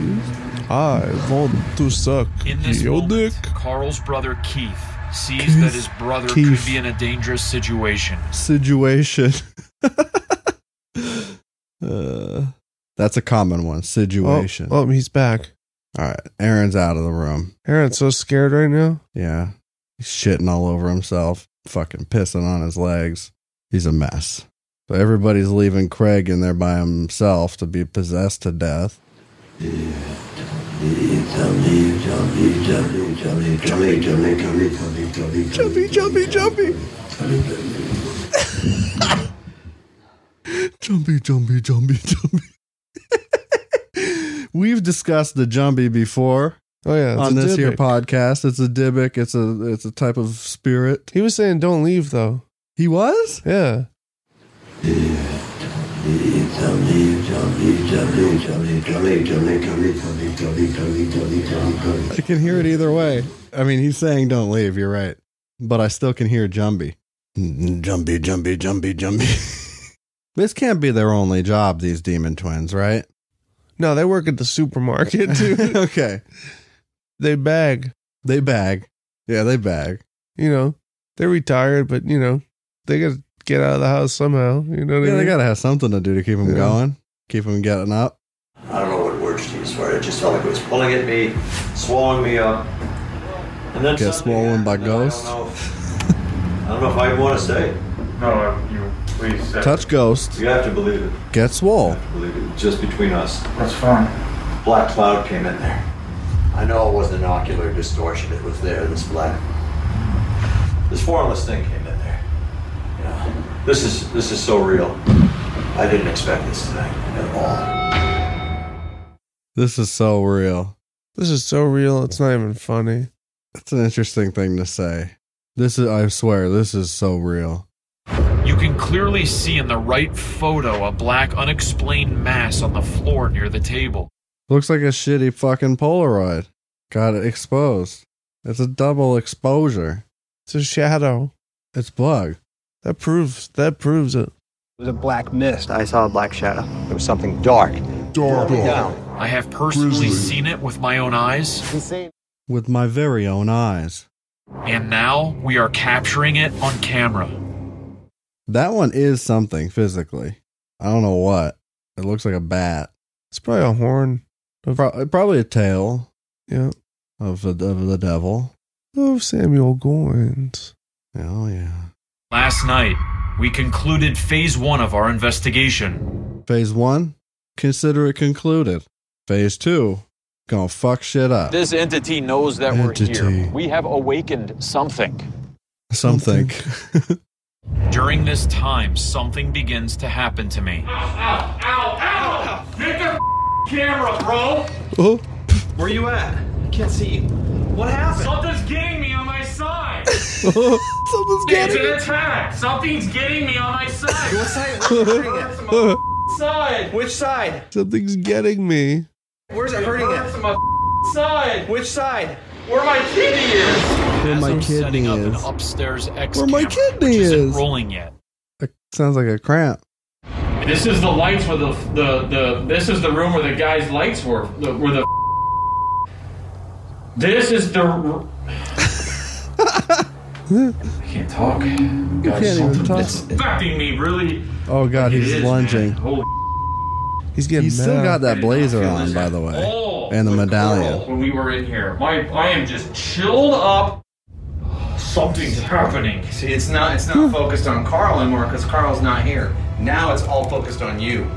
I want to suck In this your dick. moment, Carl's brother Keith sees Keith. that his brother Keith. could be in a dangerous situation. Situation. uh, that's a common one. Situation. Oh, oh, he's back. All right. Aaron's out of the room. Aaron's so scared right now. Yeah. He's shitting all over himself, fucking pissing on his legs. He's a mess. So everybody's leaving Craig in there by himself to be possessed to death. Jumpy, jumpy, jumpy. Jumpy, jumpy, jumpy, jumpy. We've discussed the jumpy before Oh yeah, it's on a this here Dybbuk. podcast. It's a Dybbuk. It's a it's a type of spirit. He was saying, "Don't leave, though." He was? Yeah. I can hear it either way. I mean, he's saying don't leave. You're right, but I still can hear Jumpy. Jumpy, jumpy, jumpy, jumpy. this can't be their only job. These demon twins, right? No, they work at the supermarket too. okay, they bag. they bag. Yeah, they bag. You know, they're retired, but you know, they gotta get out of the house somehow. You know what Yeah, I they mean? gotta have something to do to keep them Yeah. going, keep them getting up. I don't know what words to use for it. It just felt like it was pulling at me, swallowing me up. And then Get something swollen by happened that ghosts. I don't, know, I don't know if I want to say. it. No, you please say. Touch ghosts. You have to believe it. Get swole. Believe it. Just between us. That's fine. Black cloud came in there. I know it wasn't an ocular distortion. It was there. This black, this formless thing came in there. You know, this is this is so real. I didn't expect this thing at all. This is so real. This is so real. It's not even funny. That's an interesting thing to say. This is, I swear, this is so real. You can clearly see in the right photo a black, unexplained mass on the floor near the table. Looks like a shitty fucking Polaroid. Got it exposed. It's a double exposure. It's a shadow. It's bug. That proves. That proves it. It was a black mist. I saw a black shadow. There was something dark. Dark. I have personally seen it with my own eyes, With my very own eyes. and now we are capturing it on camera. That one is something physically. I don't know what. It looks like a bat. It's probably a horn. Pro- probably a tail Yeah. of the, of the devil. Oh, Samuel Goins. Oh, yeah. Last night, we concluded phase one of our investigation. Phase one, consider it concluded. Phase two, gonna fuck shit up. This entity knows that we're Entity. here. We have awakened something. Something. During this time, something begins to happen to me. Ow, ow! Get the camera, bro! oh, Where you at? I can't see you. What happened? Something's getting me on my side! something's It's an attack! Something's getting me on my side! What side? Where's it hurting at? My side! Which side? Something's getting me. Where's it hurting It's at? my side! Which side? Where my kitty is! where my I'm kidney setting up is. an upstairs X Where my camera, kidney which isn't is. rolling yet. It sounds like a cramp. This is the lights where the, the, the, this is the room where the guy's lights were, the- where the This is the. r- I can't talk. God, can't even something- talk. It's affecting me really. Oh god, It he's is, man. lunging. Holy He's getting. He's still mad. got that blazer Feel on, this by at the way, all and the with medallion. Carl When we were in here, my I am just chilled up. Something's happening. See, it's not it's not focused on Carl anymore because Carl's not here. Now it's all focused on you.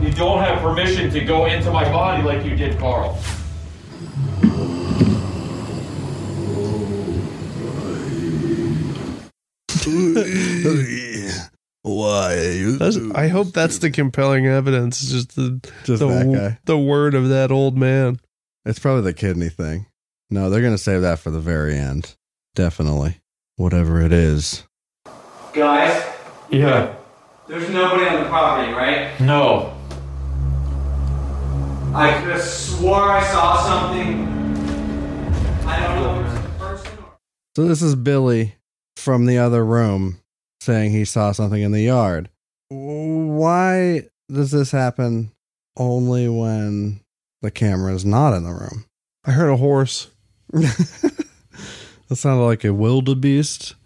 You don't have permission to go into my body like you did, Carl. Why? That's, I hope that's the compelling evidence. Is just the Just the, that guy. the word of that old man. It's probably the kidney thing. No, they're gonna save that for the very end. Definitely, whatever it is. Guys, Yeah. there's nobody on the property, right? No. I could have swore I saw something. I don't know. So this is Billy from the other room saying he saw something in the yard. Why does this happen only when the camera is not in the room? I heard a horse. That sounded like a wildebeest.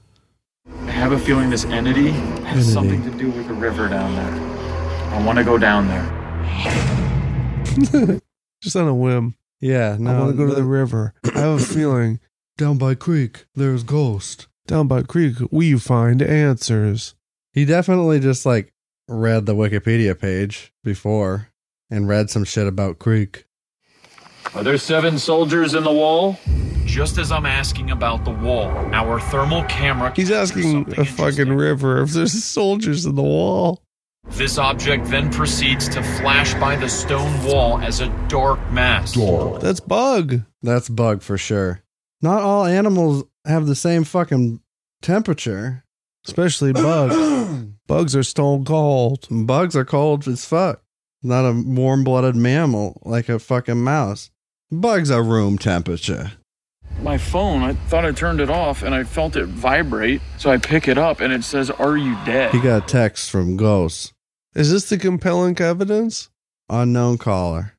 I have a feeling this entity has Entity. something to do with the river down there. I want to go down there. Just on a whim. Yeah, I no, want to go to the- the river. I have a feeling. Down by creek, there's ghost. Down by creek, we find answers. He definitely just like read the Wikipedia page before and read some shit about creek. Are there seven soldiers in the wall? Just as I'm asking about the wall, our thermal camera. He's asking a fucking river if there's soldiers in the wall. This object then proceeds to flash by the stone wall as a dark mass. That's bug. That's bug for sure. Not all animals have the same fucking temperature. Especially bugs. bugs are stone cold. Bugs are cold as fuck. Not a warm blooded mammal like a fucking mouse. Bugs are room temperature. My phone, I thought I turned it off and I felt it vibrate. So I pick it up and it says, Are you dead? He got a text from Ghost. Is this the compelling evidence? Unknown caller.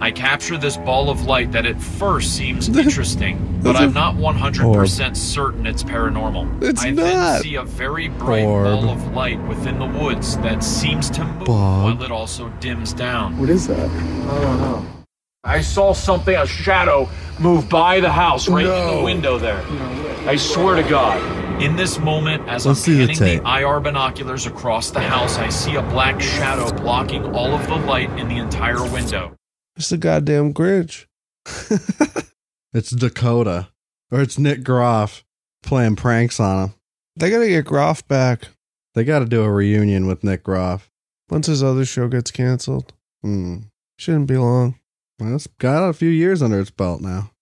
I capture this ball of light that at first seems interesting, but That's a- I'm not 100% certain it's paranormal. It's I not. then see a very bright Orb. ball of light within the woods that seems to move while it also dims down. What is that? I don't know. I saw something, a shadow, move by the house right in the window there. I swear to God. In this moment, Let's as I'm see the panning the, tape. IR binoculars across the house, I see a black shadow blocking all of the light in the entire window. It's the goddamn Grinch. It's Dakota. Or it's Nick Groff playing pranks on him. They gotta get Groff back They got to do a reunion with Nick Groff. once his other show gets canceled. Hmm. Shouldn't be long. Well, it's got a few years under its belt now.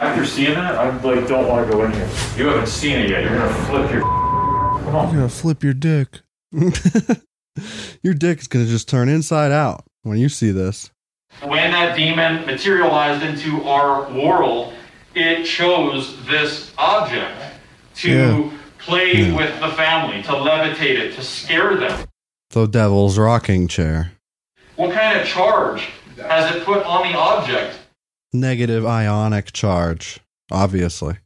After seeing that, I like don't want to go in here. You haven't seen it yet. You're gonna flip your. Come You're gonna flip your dick. Your dick is going to just turn inside out when you see this. When that demon materialized into our world, It chose this object to Yeah. play with the family, to levitate it, to scare them. The devil's rocking chair. What kind of charge has it put on the object? Negative ionic charge, obviously.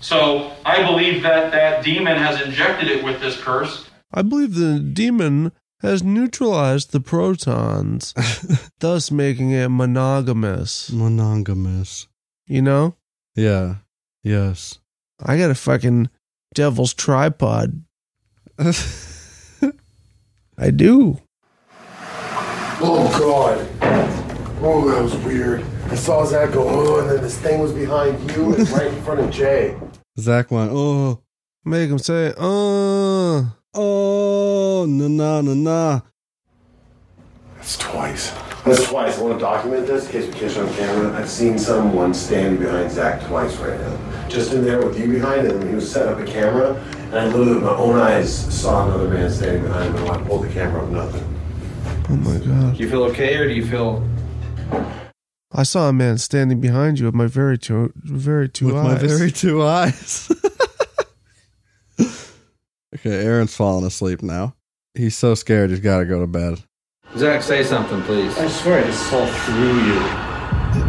So I believe that that demon has injected it with this curse. I believe the demon has neutralized the protons, thus making it monogamous. Monogamous. You know? Yeah. Yes. I got a fucking devil's tripod. I do. Oh god. Oh, that was weird. I saw Zach go, oh, and then this thing was behind you and right in front of Jay. Zach went, oh. Make him say, uh. Oh, no, no, no, no. That's twice. That's twice. I want to document this in case we catch it on camera. I've seen someone standing behind Zach twice right now. Just in there with you behind him, he was setting up a camera, and I literally with my own eyes saw another man standing behind him, and when I pulled the camera up, nothing. Oh my god. Do you feel okay or do you feel I saw a man standing behind you with my very two, very two With my eyes. very two eyes. Okay, Aaron's falling asleep now. He's so scared he's got to go to bed. Zach, say something, please. I swear I just saw through you.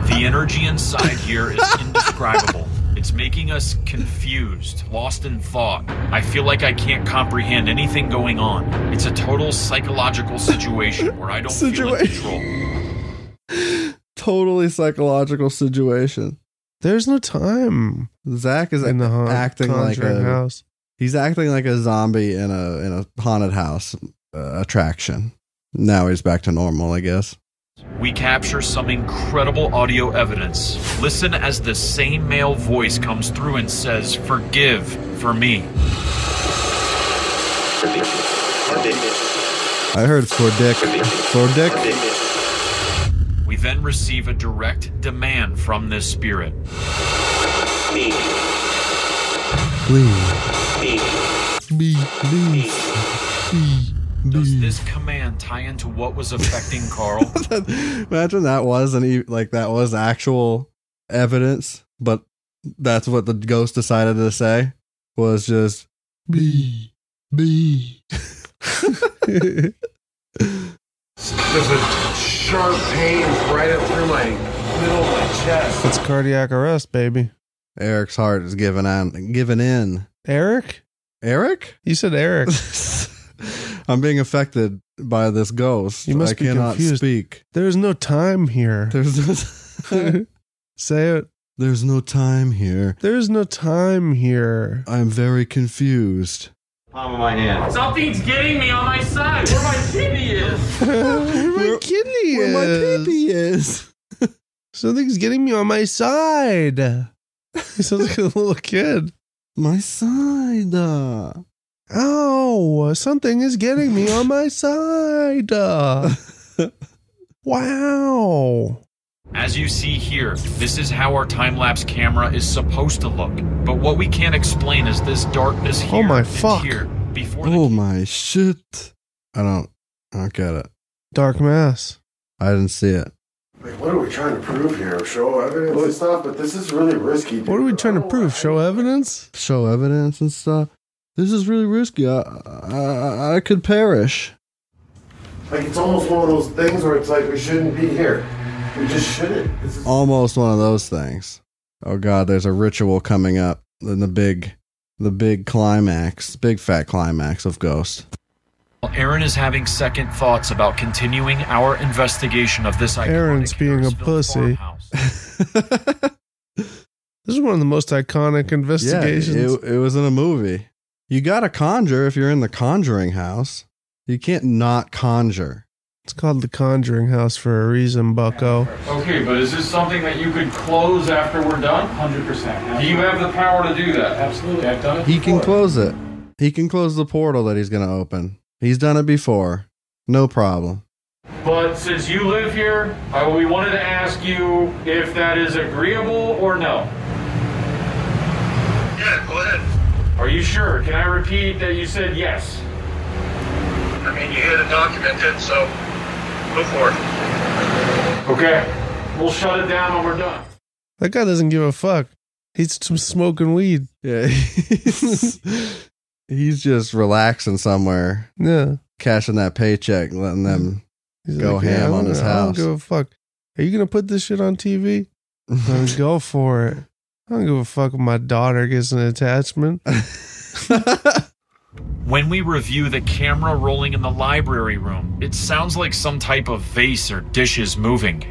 The energy inside here is indescribable. it's making us confused, lost in thought. I feel like I can't comprehend anything going on. It's a total psychological situation where I don't feel in control. Totally psychological situation. There's no time. Zach is In the haunt- acting like Conjuring a house. He's acting like a zombie in a in a haunted house uh, attraction. Now he's back to normal, I guess. We capture some incredible audio evidence. Listen as the same male voice comes through and says, Forgive for me. I heard for dick, for dick. We then receive a direct demand from this spirit. Please, me, please, Does this command tie into what was affecting Carl? Imagine that was an e- like that was actual evidence, but that's what the ghost decided to say was just B B. There's a sharp pain right up through my middle of my chest. It's cardiac arrest, baby. Eric's heart is giving on giving in. Eric? Eric? You said Eric. I'm being affected by this ghost. You must I be cannot confused. speak. There's no time here. There's no Say it. There's no time here. There's no time here. I'm very confused. Palm of my hand. Something's getting me on my side where my kidney is. where my kidney where is. my peepee is. Something's getting me on my side. He sounds like a little kid. My side. uh. Oh, something is getting me on my side. Uh, wow. As you see here, this is how our time lapse camera is supposed to look. But what we can't explain is this darkness here. Oh my and fuck. Here before the Oh my shit. I don't I don't get it. Dark mass. I didn't see it. Like, what are we trying to prove here? Show evidence and stuff, but this is really risky. Dude. What are we trying to prove? Show evidence? Show evidence and stuff. This is really risky. I I, I could perish. Like, it's almost one of those things where it's like we shouldn't be here. We just shouldn't. This is Almost one of those things. Oh god, there's a ritual coming up in the big the big climax, big fat climax of Ghost. While Aaron is having second thoughts about continuing our investigation of this iconic Aaron's being a Harrisville pussy. farmhouse. This is one of the most iconic investigations. Yeah, it, it was in a movie. You got to conjure if you're in the conjuring house. You can't not conjure. it's called The Conjuring House for a reason, bucko. Okay, but is this something that you could close after we're done? 100%. Do you have the power to do that? Absolutely, I've done it. He can before. close it. He can close the portal that he's going to open. He's done it before. No problem. But since you live here, I, we wanted to ask you if that is agreeable or no. Yeah, go ahead. Are you sure? Can I repeat that you said yes? I mean, you had it documented, so go for it. Okay. We'll shut it down when we're done. That guy doesn't give a fuck. He's t- smoking weed. Yeah. He's, he's just relaxing somewhere, Yeah. cashing that paycheck, letting them He's go like, yeah, I ham on don't- his I don't house. give a fuck. Are you gonna put this shit on TV? Then go for it. I don't give a fuck if my daughter gets an attachment. When we review the camera rolling in the library room, it sounds like some type of vase or dishes moving.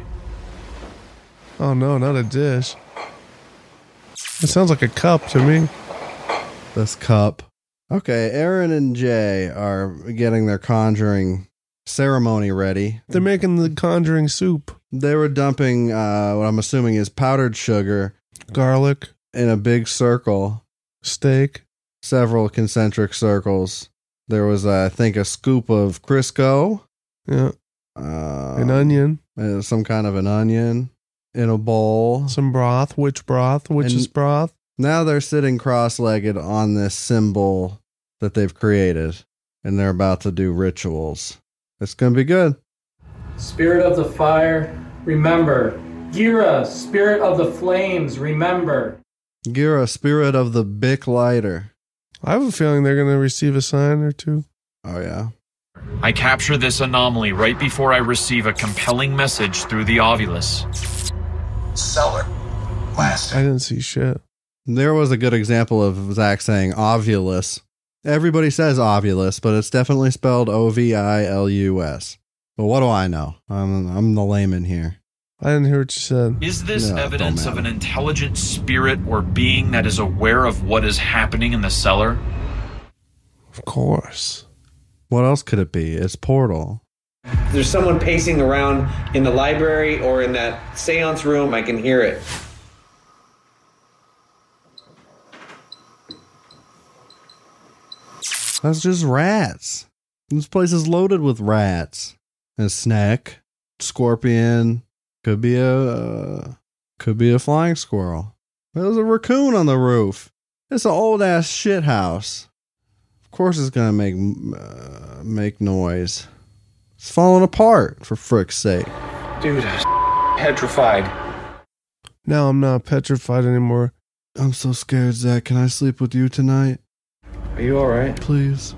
Oh no, not a dish. It sounds like a cup to me. this cup. Okay, Aaron and Jay are getting their conjuring ceremony ready. They're making the conjuring soup. They were dumping uh, what I'm assuming is powdered sugar Garlic, in a big circle, steak. several concentric circles. There was, uh, I think, a scoop of Crisco, Yeah. uh, An onion. uh, some kind of an onion in a bowl. Some broth. Witch broth. Witch's And- broth. Now they're sitting cross legged on this symbol that they've created, and they're about to do rituals. It's going to be good. Spirit of the fire, remember. Gira, spirit of the flames, remember. Gira, spirit of the Bic lighter. I have a feeling they're gonna receive a sign or two. Oh, yeah. I capture this anomaly right before I receive a compelling message through the ovulus. Seller, Last. I didn't see shit. There was a good example of Zach saying ovulus. Everybody says ovulus, but it's definitely spelled O V I L U S. But what do I know? I'm I'm the layman here. I didn't hear what you said. Is this No, it don't evidence of an intelligent spirit or being that is aware of what is happening in the cellar? Of course. What else could it be? It's Portal. There's someone pacing around in the library or in that seance room. I can hear it. That's just rats. This place is loaded with rats. A snack, scorpion, could be a uh, could be a flying squirrel. There's a raccoon on the roof. It's an old ass shit house. Of course, it's gonna make uh, make noise. It's falling apart for frick's sake. Dude, I'm petrified. Now I'm not petrified anymore. I'm so scared, Zach. Can I sleep with you tonight? Are you all right? Please.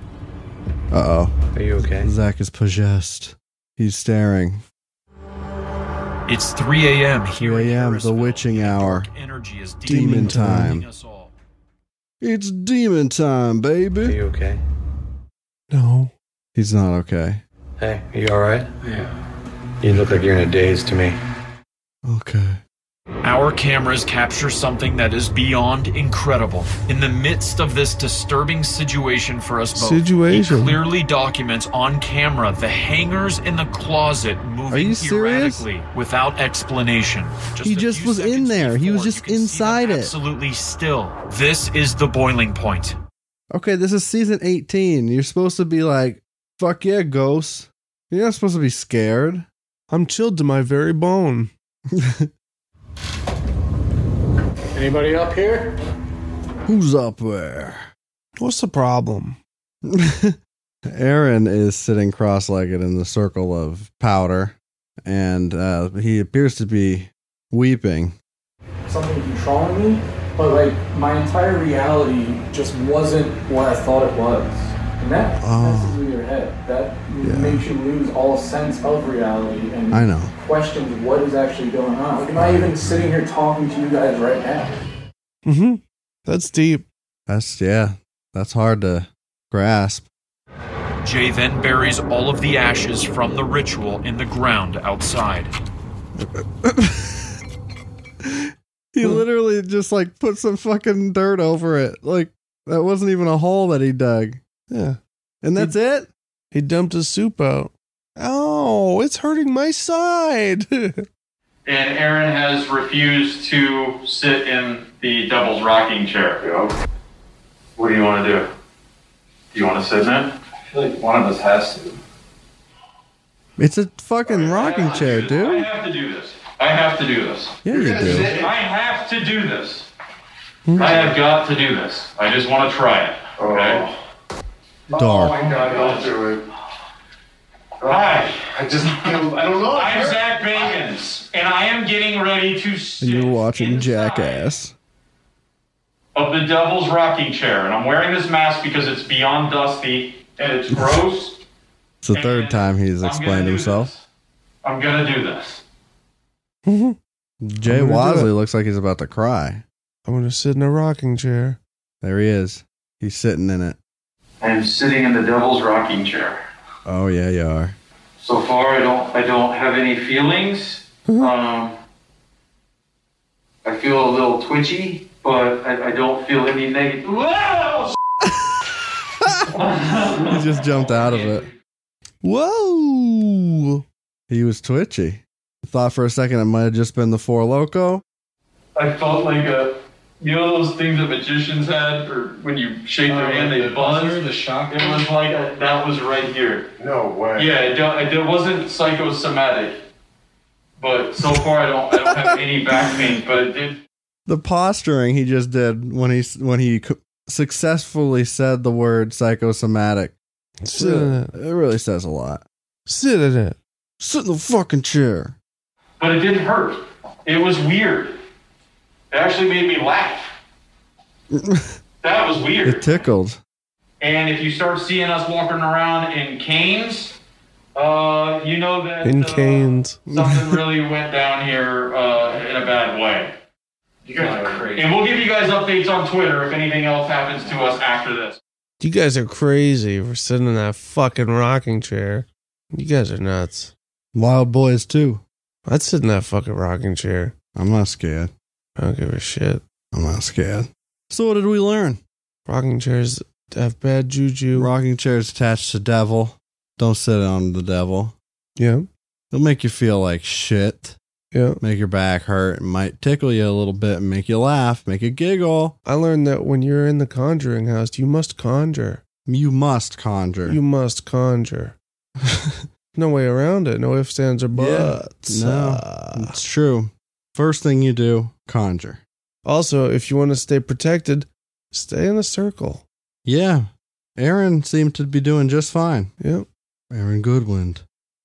Uh oh. Are you okay? Zach is possessed. He's staring. It's 3 a.m. here. 3 a.m. The witching hour. Energy is Demon time. It's demon time, baby. Are you okay? No. He's not okay. Hey, are you all right? Yeah. You look like you're in a daze to me. Okay. Our cameras capture something that is beyond incredible. In the midst of this disturbing situation for us both, Situation. he clearly documents on camera the hangers in the closet moving erratically without explanation. Just he just was in there. He was just inside it. absolutely still. This is the boiling point. Okay, this is season 18. You're supposed to be like, fuck yeah, ghosts. You're not supposed to be scared. I'm chilled to my very bone. Anybody up here? Who's up there? What's the problem? Aaron is sitting cross legged in the circle of powder, and uh, he appears to be weeping. something controlling me, but like my entire reality just wasn't what I thought it was. And that Oh. messes with your head. That makes you lose all sense of reality and I know. questions what is actually going on. Like, am I even sitting here talking to you guys right now? Mm-hmm. That's deep. That's, yeah, that's hard to grasp. Jay then buries all of the ashes from the ritual in the ground outside. He literally just like put some fucking dirt over it. Like that wasn't even a hole that he dug. Yeah. And that's it? Oh, He dumped his soup out. Ow, it's hurting my side. And Aaron has refused to sit in the doubles rocking chair. What do you want to do? Do you want to sit in it? I feel like one of us has to. It's a fucking rocking chair, dude. I have to do this. I have to do this. Yeah, you do. I have to do this. Hmm. I have got to do this. I just want to try it. Okay. Dark. my god, don't do it. Hi. I just I don't know. I'm Zach Bagans, and I am getting ready to And you're watching Jackass. of the Devil's Rocking Chair, and I'm wearing this mask because it's beyond dusty and it's gross. It's the third time he's explained himself. I'm gonna do this. Jay mm-hmm. I'm gonna do Wozley it. looks like he's about to cry. I'm going to sit in a rocking chair. There he is. He's sitting in it. I'm sitting in the Devil's Rocking Chair. Oh yeah, you are. So far, I don't I don't have any feelings. Um, I feel a little twitchy, but I, I don't feel any negative. Whoa! He just jumped out of it. Whoa! He was twitchy. I thought for a second it might have just been the four loco. I felt like a you know those things that magicians had, or when you shake their hand, they buzz. Uh, The shock. It was like a, that was right here. No way. Yeah, it, don't, it wasn't psychosomatic, but so far I don't I don't have any back pain, but it did The posturing he just did when he when he c- successfully said the word psychosomatic. It Sit in really- it. it really says a lot. Sit in it. Sit in the fucking chair. but it did hurt. It was weird. It actually made me laugh. that was weird. It tickled. And if you start seeing us walking around in canes, uh, you know that In uh, canes. something really went down here uh, in a bad way. You guys are crazy. And we'll give you guys updates on Twitter if anything else happens to us after this. You guys are crazy. We're sitting in that fucking rocking chair. You guys are nuts. Wild boys too. I'd sit in that fucking rocking chair. I'm not scared. I don't give a shit. I'm not scared. So what did we learn? Rocking chairs have bad juju. Rocking chairs attached to devil. Don't sit on the devil. Yeah. It'll make you feel like shit. Yeah. Make your back hurt. It might tickle you a little bit and make you laugh, make you giggle. I learned that when you're in the conjuring house, you must conjure. You must conjure. You must conjure. no way around it. No ifs, ands, or buts. Uh, no, it's true. First thing you do, conjure. Also, if you want to stay protected, stay in a circle. Yeah. Aaron seemed to be doing just fine. Yep. Aaron Goodwind.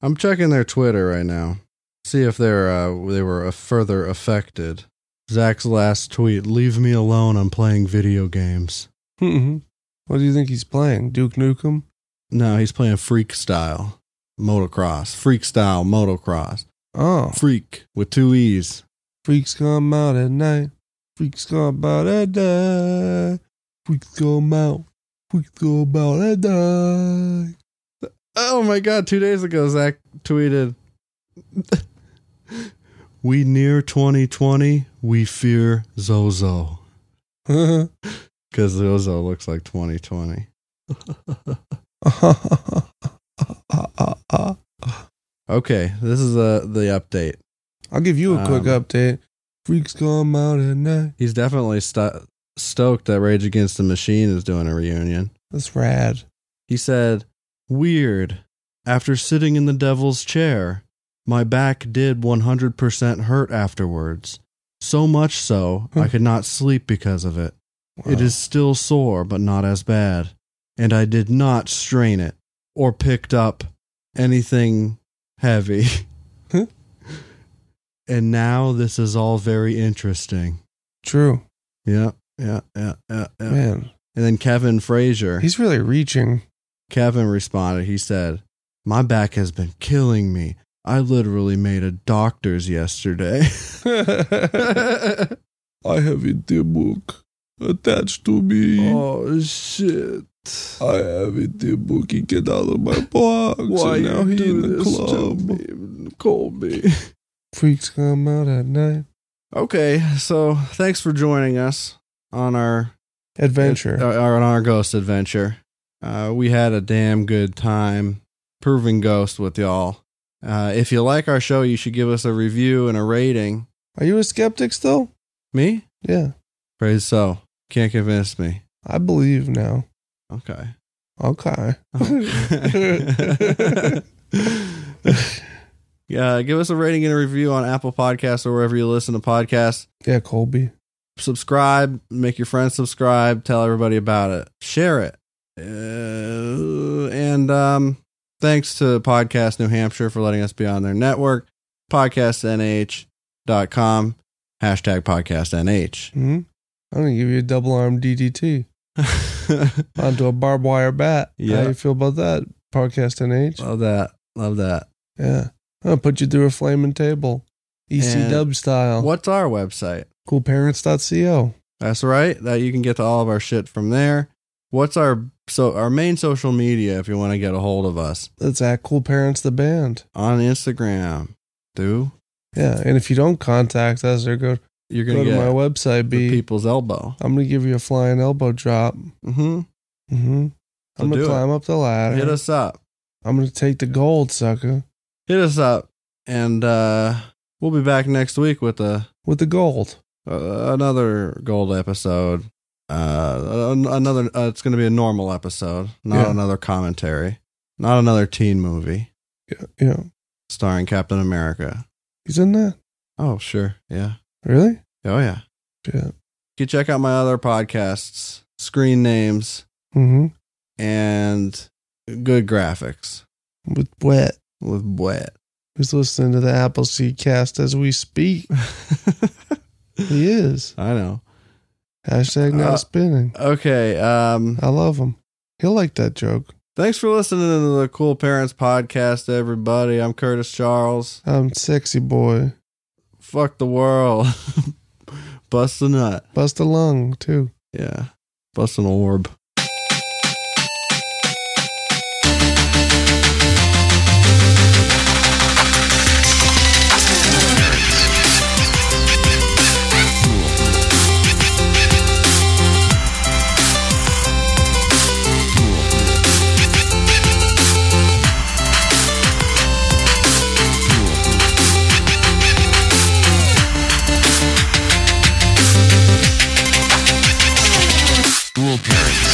I'm checking their Twitter right now. See if they're uh, they were uh, further affected. Zach's last tweet: "Leave me alone. I'm playing video games." Mm-hmm. Mhm. what do you think he's playing? Duke Nukem? No, he's playing freak style motocross. Freak style motocross. Oh. Freak with two e's. Freaks come out at night. Freaks come out at night. Freaks come out. Freaks come out at night. Oh my god! Two days ago, Zach tweeted, "We near 2020. We fear Zozo because Zozo looks like 2020." Ah, Okay, this is uh, the update. I'll give you a quick Um, update. Freaks come out at night. He's definitely sto- stoked that Rage Against the Machine is doing a reunion. That's rad. He said, Weird. After sitting in the devil's chair, my back did 100% hurt afterwards. So much so, I could not sleep because of it. It is still sore, but not as bad. And I did not strain it or picked up anything heavy. and now this is all very interesting. True. Yeah, yeah, yeah, yeah, yeah. Man. And then Kevin Frazier. He's really reaching. Kevin responded. He said, My back has been killing me. I literally made a doctor's yesterday. I have a D-book attached to me. oh, shit. I have a D-book. He get out of my box. Why and now you he do in the this to club. Call me. Freaks come out at night. Okay, so thanks for joining us on our Adventure. our- our- on our ghost adventure. Uh, we had a damn good time proving ghost with y'all. Uh, if you like our show, you should give us a review and a rating. Are you a skeptic still? Me? Yeah. Praise so. Can't convince me. I believe now. Okay. Okay. Yeah, give us a rating and a review on Apple Podcasts or wherever you listen to podcasts. yeah, Colby. Subscribe, make your friends subscribe, tell everybody about it, share it. Uh, and um, thanks to Podcast New Hampshire for letting us be on their network. PodcastNH.com, hashtag PodcastNH. hmm I'm gonna give you a double arm DDT onto a barbed wire bat. Yeah. How you feel about that? Podcast NH. Love that. Love that. Yeah. I'll put you through a flaming table. EC dub style. What's our website? Coolparents.co. That's right. That you can get to all of our shit from there. What's our so our main social media if you want to get a hold of us That's at Cool Parents the Band. on Instagram? Do Yeah. And if you don't contact us or go, you're gonna go to get my website, the B, people's elbow? I'm gonna give you a flying elbow drop. Mm-hmm. Mm-hmm. So I'm gonna do it. climb up the ladder. Hit us up. I'm gonna take the gold, sucker. Hit us up, and uh, we'll be back next week with a With the gold. uh, another gold episode. Uh, an- another. Uh, it's gonna be a normal episode, not Yeah. another commentary, not another teen movie Yeah. starring Captain America. He's in that? Oh sure, yeah, Really? oh yeah. Yeah. you check out my other podcasts, Screen Names Mm-hmm. and Good Graphics With wet. with Wet. Who's listening to the Appleseed cast as we speak? he is. I know. Hashtag not Uh, spinning. Okay. Um I love him. He'll like that joke. thanks for listening to the Cool Parents podcast, everybody. I'm Curtis Charles. I'm sexy boy. Fuck the world. Bust a nut. Bust a lung too. Yeah. Bust an orb. Cool parents.